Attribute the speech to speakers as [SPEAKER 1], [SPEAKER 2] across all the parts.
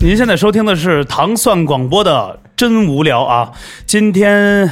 [SPEAKER 1] 您现在收听的是糖蒜广播的《真无聊》啊，今天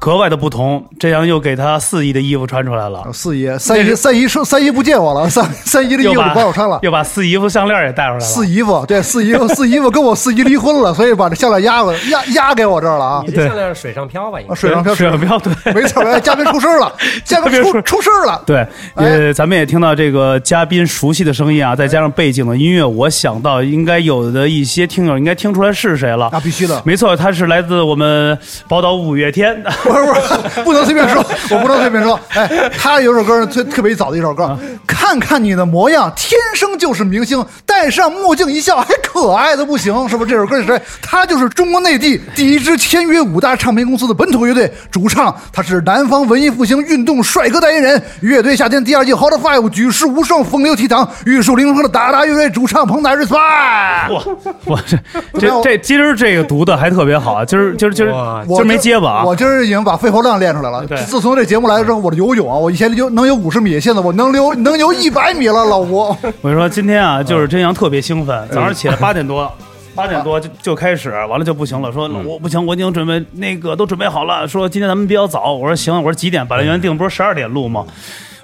[SPEAKER 1] 格外的不同，这样又给他四姨的衣服穿出来了，
[SPEAKER 2] 啊四姨，三姨，三姨说三姨不见我了，三三姨的衣服
[SPEAKER 1] 又
[SPEAKER 2] 你
[SPEAKER 1] 把
[SPEAKER 2] 帮我穿了。
[SPEAKER 1] 又把四姨夫项链也带出来了。
[SPEAKER 2] 四姨夫，对，四姨夫，四姨夫跟我四姨离婚了，所以把这项链压了，压压给我这儿了啊
[SPEAKER 3] 你。这项链是水上漂吧？应
[SPEAKER 2] 啊
[SPEAKER 3] 该
[SPEAKER 2] 水上漂，
[SPEAKER 1] 水上漂，对，
[SPEAKER 2] 没错，哎嘉宾出事儿了，嘉宾
[SPEAKER 1] 嘉宾
[SPEAKER 2] 出出事儿了。
[SPEAKER 1] 对，
[SPEAKER 2] 哎
[SPEAKER 1] 呃，咱们也听到这个嘉宾熟悉的声音啊，再加上背景的音乐，我想到应该有的一些听友应该听出来是谁了。
[SPEAKER 2] 那啊必须的，
[SPEAKER 1] 没错，他是来自我们宝岛五月天，
[SPEAKER 2] 不是不是，不能随便说，我不能随便说。哎，他有首歌特特别早的一首歌，看看你的模样，天生就是明星，戴上墨镜一笑，还可爱的不行，是不是？这首歌是谁？他就是中国内地第一支签约五大唱片公司的本土乐队，主唱他是南方文艺复兴运动帅哥代言人，乐队夏天第二季 Hot Five 举世无双，风流倜傥，玉树临风的达达乐队主唱彭达 r e s p e
[SPEAKER 1] 哇，我这这这今儿这个读的还特别好，啊今儿今儿今儿
[SPEAKER 3] 哇
[SPEAKER 1] 今儿没结巴啊
[SPEAKER 2] 我，今儿已经把肺活量练出来了
[SPEAKER 1] 对。
[SPEAKER 2] 自从这节目来了之后，我的游泳啊，我以前就能游五十米，现在我能游能游一百米了，老吴。
[SPEAKER 1] 我跟你说今天啊，
[SPEAKER 2] 嗯
[SPEAKER 1] 就是真阳特别兴奋，早上起 来八点多。八点多就就开始，完了就不行了，说
[SPEAKER 2] 嗯
[SPEAKER 1] 我不行，我已经准备那个都准备好了，说今天咱们比较早，我说行，我说几点？本来原定不是十二点录
[SPEAKER 2] 嗯
[SPEAKER 1] 吗？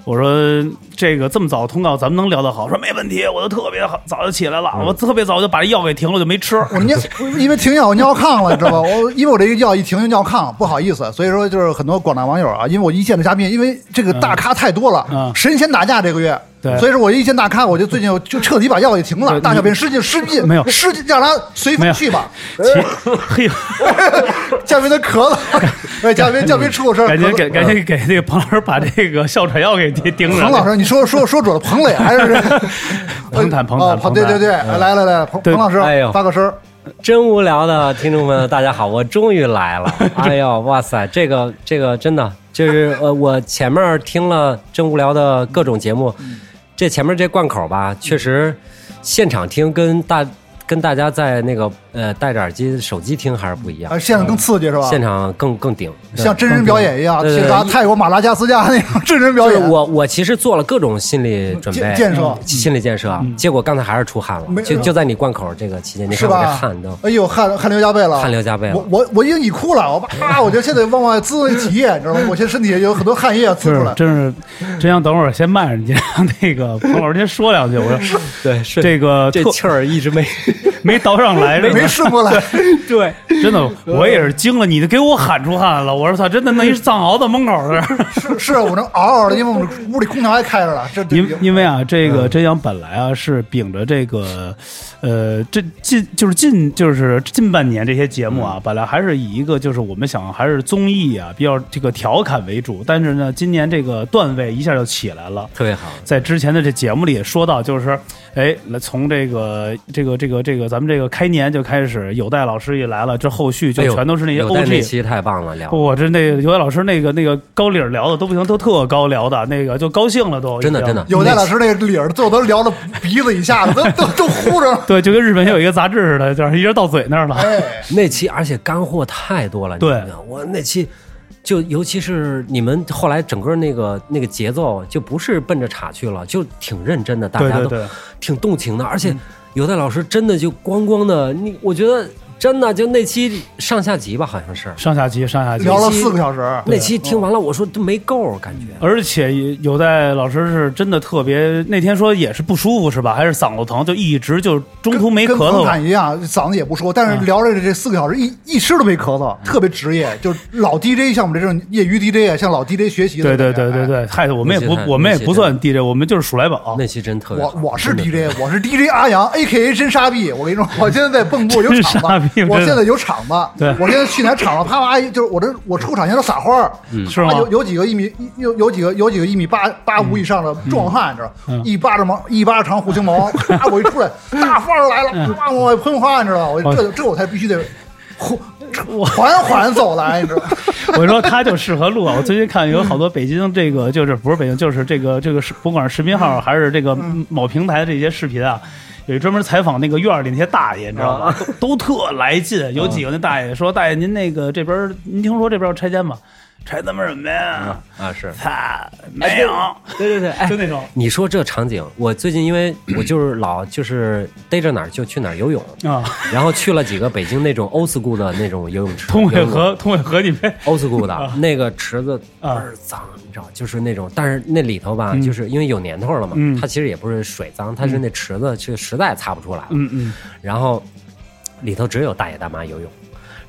[SPEAKER 1] 我说这个这么早通告，咱们能聊得好？说没问题，我都特别好，早就起来
[SPEAKER 2] 嗯
[SPEAKER 1] 了，我特别早就把这药给停了，我就没吃。
[SPEAKER 2] 我尿，因为停药我尿炕了，你知道吧？我因为我这个药一停就尿炕，不好意思，所以说就是很多广大网友啊，因为我一线的嘉宾，因为这个大咖太多了，
[SPEAKER 1] 嗯
[SPEAKER 2] 神仙打架这个月，
[SPEAKER 1] 对
[SPEAKER 2] 所以说我一线大咖，我就最近我就彻底把药给停
[SPEAKER 1] 对
[SPEAKER 2] 了，
[SPEAKER 1] 你
[SPEAKER 2] 大小便失禁失禁
[SPEAKER 1] 没有
[SPEAKER 2] 失禁，让他随
[SPEAKER 1] 没有
[SPEAKER 2] 风去吧。
[SPEAKER 1] 其嘿，
[SPEAKER 2] 嘉宾都咳了，哎， 嘉宾嘉宾出过事儿，
[SPEAKER 1] 赶
[SPEAKER 2] 咳
[SPEAKER 1] 紧
[SPEAKER 2] 了
[SPEAKER 1] 给赶紧给那个彭老师把这个哮喘药给盯盯
[SPEAKER 3] 嗯
[SPEAKER 1] 着。
[SPEAKER 2] 嗯彭老师，你说说说准了，彭磊还是
[SPEAKER 1] 彭坦彭坦
[SPEAKER 2] 哦
[SPEAKER 1] 彭坦
[SPEAKER 2] 对对对，来来来，彭
[SPEAKER 1] 对
[SPEAKER 2] 彭老师
[SPEAKER 3] 嗯哎呦
[SPEAKER 2] 发个声儿，
[SPEAKER 3] 真无聊的听众们，大家好，我终于 来了。哎呦，哇塞，这个这个真的就是呃，我前面听了真无聊的各种节目，
[SPEAKER 2] 嗯
[SPEAKER 3] 这前面这贯口吧，确实现场听跟大跟大家在那个呃戴着耳机手机听还是不一样
[SPEAKER 2] 啊，，现场更刺激是吧？
[SPEAKER 3] 现场更更顶。
[SPEAKER 2] 像真人表演一样，
[SPEAKER 3] 对对
[SPEAKER 2] 去
[SPEAKER 3] 对
[SPEAKER 2] 咱泰国马拉加斯加那种真人表
[SPEAKER 3] 就是
[SPEAKER 2] 演，
[SPEAKER 3] 我我其实做了各种心理准备
[SPEAKER 2] 嗯建建设嗯
[SPEAKER 3] 心理建设啊，结果刚才还是出汗
[SPEAKER 2] 没
[SPEAKER 3] 了，就就在你贯口这个期间，你
[SPEAKER 2] 是
[SPEAKER 3] 看我这
[SPEAKER 2] 吧
[SPEAKER 3] 汗都。？
[SPEAKER 2] 哎呦，汗汗流浃背了，
[SPEAKER 3] 汗流浃背了
[SPEAKER 2] 我我我已经已哭了，我啪，我就现在往外滋那体液，你知道吗？我现在身体有很多汗液滋出
[SPEAKER 1] 是
[SPEAKER 2] 来，。
[SPEAKER 1] 真是，真想等会儿先慢着，你让那个彭老师先说两句。我说
[SPEAKER 3] 对，是
[SPEAKER 1] 这 个
[SPEAKER 3] 这
[SPEAKER 1] 特
[SPEAKER 3] 气儿一直没，
[SPEAKER 1] 没倒上来，是吧
[SPEAKER 2] 没顺过来，
[SPEAKER 3] 对，
[SPEAKER 1] 真的，我也是惊了，你都给我喊出汗了。我说操，真的，那一藏獒在门口这儿。
[SPEAKER 2] 是是，我能嗷嗷的，因为我们屋里空调还开着了，这
[SPEAKER 1] 因因为啊，这个真阳本来啊是秉着这个，呃，这近就是近就是近半年这些节目啊，本来还是以一个就是我们想还是综艺啊比较这个调侃为主，但是呢，今年这个段位一下就起来了。
[SPEAKER 3] 特别好。
[SPEAKER 1] 在之前的这节目里也说到，就是，哎，来从这个这个这个这个咱们这个开年就开始，有戴老师一来了，这后续 就
[SPEAKER 3] 哎呦
[SPEAKER 1] 全都是那些
[SPEAKER 3] 有戴那
[SPEAKER 1] OG。
[SPEAKER 3] 期太棒了，聊
[SPEAKER 1] 我这那个有戴老师那个那个高领聊的都不行，都特高聊的那个就高兴了都，
[SPEAKER 3] 真的
[SPEAKER 1] 已经
[SPEAKER 3] 真的。
[SPEAKER 2] 有戴老师那个理儿，最后都聊到鼻子以下了，都都都呼着了。
[SPEAKER 1] 对，就跟日本有一个杂志似的，就是一直到嘴那儿了。
[SPEAKER 2] 哎，
[SPEAKER 3] 那期，而且干货太多了。
[SPEAKER 1] 对
[SPEAKER 3] 你知道吗我那期就尤其是你们后来整个那个那个节奏，就不是奔着岔去了，就挺认真的，大
[SPEAKER 1] 对
[SPEAKER 3] 家
[SPEAKER 1] 对
[SPEAKER 3] 都
[SPEAKER 1] 对嗯
[SPEAKER 3] 挺动情的，而且有的老师真的就光光的，你我觉得真的就那期上下集吧，好像是
[SPEAKER 1] 上下集，上下集
[SPEAKER 2] 聊。了四个小时，
[SPEAKER 3] 那期听完了，我说都没够，感觉。
[SPEAKER 1] 而且有戴老师是真的特别，那天说也是不舒服是吧？还是嗓子疼，就一直就中途没
[SPEAKER 2] 跟
[SPEAKER 1] 咳
[SPEAKER 2] 彭
[SPEAKER 1] 嗽嗯
[SPEAKER 2] 坦。一样，嗓子也不说，但是聊着这四个小时，一一吃都没咳嗽，特别职业。就是老 DJ，像我们这种业余 DJ 啊，向老 DJ 学习的。
[SPEAKER 1] 对对对对。对，害得我们也不
[SPEAKER 3] 那些太
[SPEAKER 1] 我们也
[SPEAKER 3] 那些
[SPEAKER 1] 不算 DJ，我们就是数来宝。
[SPEAKER 3] 那期真特别
[SPEAKER 2] 我
[SPEAKER 3] 好，
[SPEAKER 2] 我是
[SPEAKER 3] 真的
[SPEAKER 2] DJ，我是 DJ 阿阳，A.K.A 真傻逼。我跟你说，我现在在蚌埠有 厂
[SPEAKER 1] 真傻逼
[SPEAKER 2] 子，
[SPEAKER 1] 真的
[SPEAKER 2] 我现在有厂子。
[SPEAKER 1] 对
[SPEAKER 2] 我现在去哪厂子，啪啪，就是我这我出厂前都撒花儿，
[SPEAKER 1] 嗯是吗嗯
[SPEAKER 2] 啊有有几个一米，有有几个有几个一米八八五以上的壮汉，你知道，一巴掌毛一巴掌长胡须 毛，咔，我一出来，大范儿来
[SPEAKER 1] 嗯
[SPEAKER 2] 了，哇，往外喷花，你知道，我
[SPEAKER 1] 哦
[SPEAKER 2] 这这我才必须得 缓缓缓走来，你知道，
[SPEAKER 1] 我说他就适合录啊！我最近看有好多北京这个就是不是北京就是这个这个是不管是视频号还是这个某平台的这些视频啊，有一专门采访那个院儿里那些大爷，你知
[SPEAKER 3] 啊
[SPEAKER 1] 道吗？都都特来劲，有几个那大爷说：“大爷，您那个这边儿您听说这边儿要拆迁吗？拆他妈什么呀？
[SPEAKER 3] 啊是。
[SPEAKER 1] 他没有，
[SPEAKER 3] 啊对对对，哎
[SPEAKER 1] 就，那种
[SPEAKER 3] 你说这场景，我最近因为我就是老就是逮着哪儿就去哪儿游泳，
[SPEAKER 1] 啊，
[SPEAKER 3] 然后去了几个北京那种 old school 的那种游泳池，
[SPEAKER 1] 通
[SPEAKER 3] 游
[SPEAKER 1] 惠
[SPEAKER 3] 泳
[SPEAKER 1] 河，通惠河，你别
[SPEAKER 3] old school 的那个池子倍
[SPEAKER 1] 啊
[SPEAKER 3] 儿脏，你知道，就是那种，但是那里头吧，
[SPEAKER 1] 嗯
[SPEAKER 3] 就是因为有年头了嘛
[SPEAKER 1] 嗯，
[SPEAKER 3] 它其实也不是水脏，它是那池子就实在擦不出来了，
[SPEAKER 1] 嗯嗯，
[SPEAKER 3] 然后里头只有大爷大妈游泳，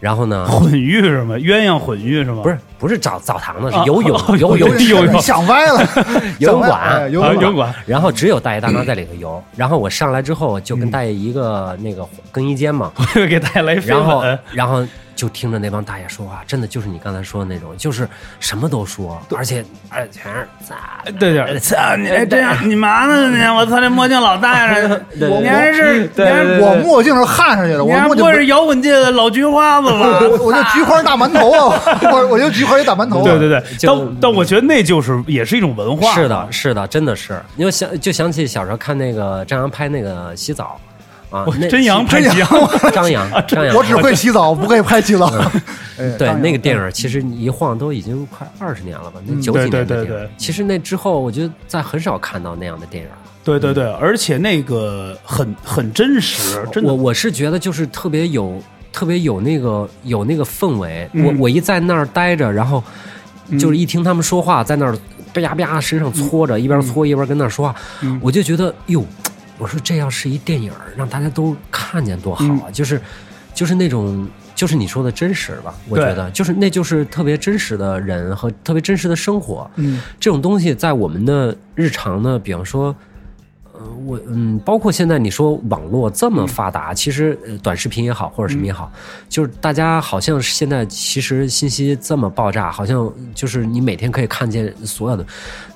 [SPEAKER 3] 然后呢，
[SPEAKER 1] 混浴是吗？鸳鸯混浴是吗？
[SPEAKER 3] 不
[SPEAKER 1] 是
[SPEAKER 3] 是不是澡澡堂子，是
[SPEAKER 1] 啊
[SPEAKER 3] 游 泳、
[SPEAKER 1] 哦
[SPEAKER 3] 游泳
[SPEAKER 1] 游泳
[SPEAKER 2] 你想 歪了，
[SPEAKER 3] 游
[SPEAKER 2] 想
[SPEAKER 3] 泳
[SPEAKER 2] 歪了哎
[SPEAKER 3] 馆
[SPEAKER 2] 游
[SPEAKER 1] 啊，
[SPEAKER 2] 泳
[SPEAKER 1] 游
[SPEAKER 2] 馆
[SPEAKER 1] 泳馆
[SPEAKER 3] 然后只有大爷大妈在里头游，然后我上来之后就跟大爷一个那个更衣间 嘛，
[SPEAKER 1] 会给大家来一飞
[SPEAKER 3] 然后
[SPEAKER 1] 吻，
[SPEAKER 3] 然后就听着那帮大爷说话，真的就是你刚才说的那种，就是什么都说，而且哎而且全是咋
[SPEAKER 1] 对对，操你哎这样你嘛呢你？啊我操这墨镜老大爷了，
[SPEAKER 3] 对
[SPEAKER 1] 你还是你
[SPEAKER 3] 对
[SPEAKER 1] 还是
[SPEAKER 3] 对
[SPEAKER 2] 我墨镜是焊上去的，
[SPEAKER 1] 你
[SPEAKER 2] 我
[SPEAKER 1] 还
[SPEAKER 2] 墨
[SPEAKER 1] 不
[SPEAKER 2] 镜
[SPEAKER 1] 会是摇滚界的老菊花子吧？
[SPEAKER 2] 我我就菊花大馒头啊，我我就菊花一大馒头啊。
[SPEAKER 1] 对对对，
[SPEAKER 3] 就
[SPEAKER 1] 但但我觉得那就是也是一种文化，
[SPEAKER 3] 是的，是的，真的是，因为想就想起小时候看那个张扬拍那个洗澡啊
[SPEAKER 1] 我，
[SPEAKER 3] 那
[SPEAKER 1] 真阳
[SPEAKER 3] 张
[SPEAKER 1] 拍啊极阳，
[SPEAKER 3] 张扬张扬，
[SPEAKER 2] 我只会洗澡，不会拍洗澡。哎
[SPEAKER 3] 对那个电
[SPEAKER 2] 影，
[SPEAKER 3] 影，其实你一晃都已经快二十年了吧？那九
[SPEAKER 1] 对
[SPEAKER 3] 几
[SPEAKER 1] 嗯对
[SPEAKER 3] 年的
[SPEAKER 1] 对
[SPEAKER 3] 电
[SPEAKER 1] 对
[SPEAKER 3] 影，其实那之后，我觉得再很少看到那样的电影了。
[SPEAKER 1] 对对对，
[SPEAKER 3] 嗯
[SPEAKER 1] 而且那个很很真实，真
[SPEAKER 3] 我
[SPEAKER 1] 的，
[SPEAKER 3] 我是觉得就是特别有特别有那个有那个氛围。
[SPEAKER 1] 嗯
[SPEAKER 3] 我我一在那儿待着，然后就是一听他们说话，在那儿吧呀吧呀身上搓着，一边搓一边跟那儿说话，
[SPEAKER 1] 嗯
[SPEAKER 3] 我就觉得哟，我说这要是一电影儿，让大家都看见多好啊！
[SPEAKER 1] 嗯
[SPEAKER 3] 就是就是那种。就是你说的真实吧，我觉
[SPEAKER 1] 对
[SPEAKER 3] 得就是那就是特别真实的人和特别真实的生活，
[SPEAKER 1] 嗯
[SPEAKER 3] 这种东西在我们的日常的，比方说，呃，我嗯，包括现在你说网络这么发达，其实呃短视频也好，或者什么也好，就是大家好像是现在其实信息这么爆炸，好像就是你每天可以看见所有的，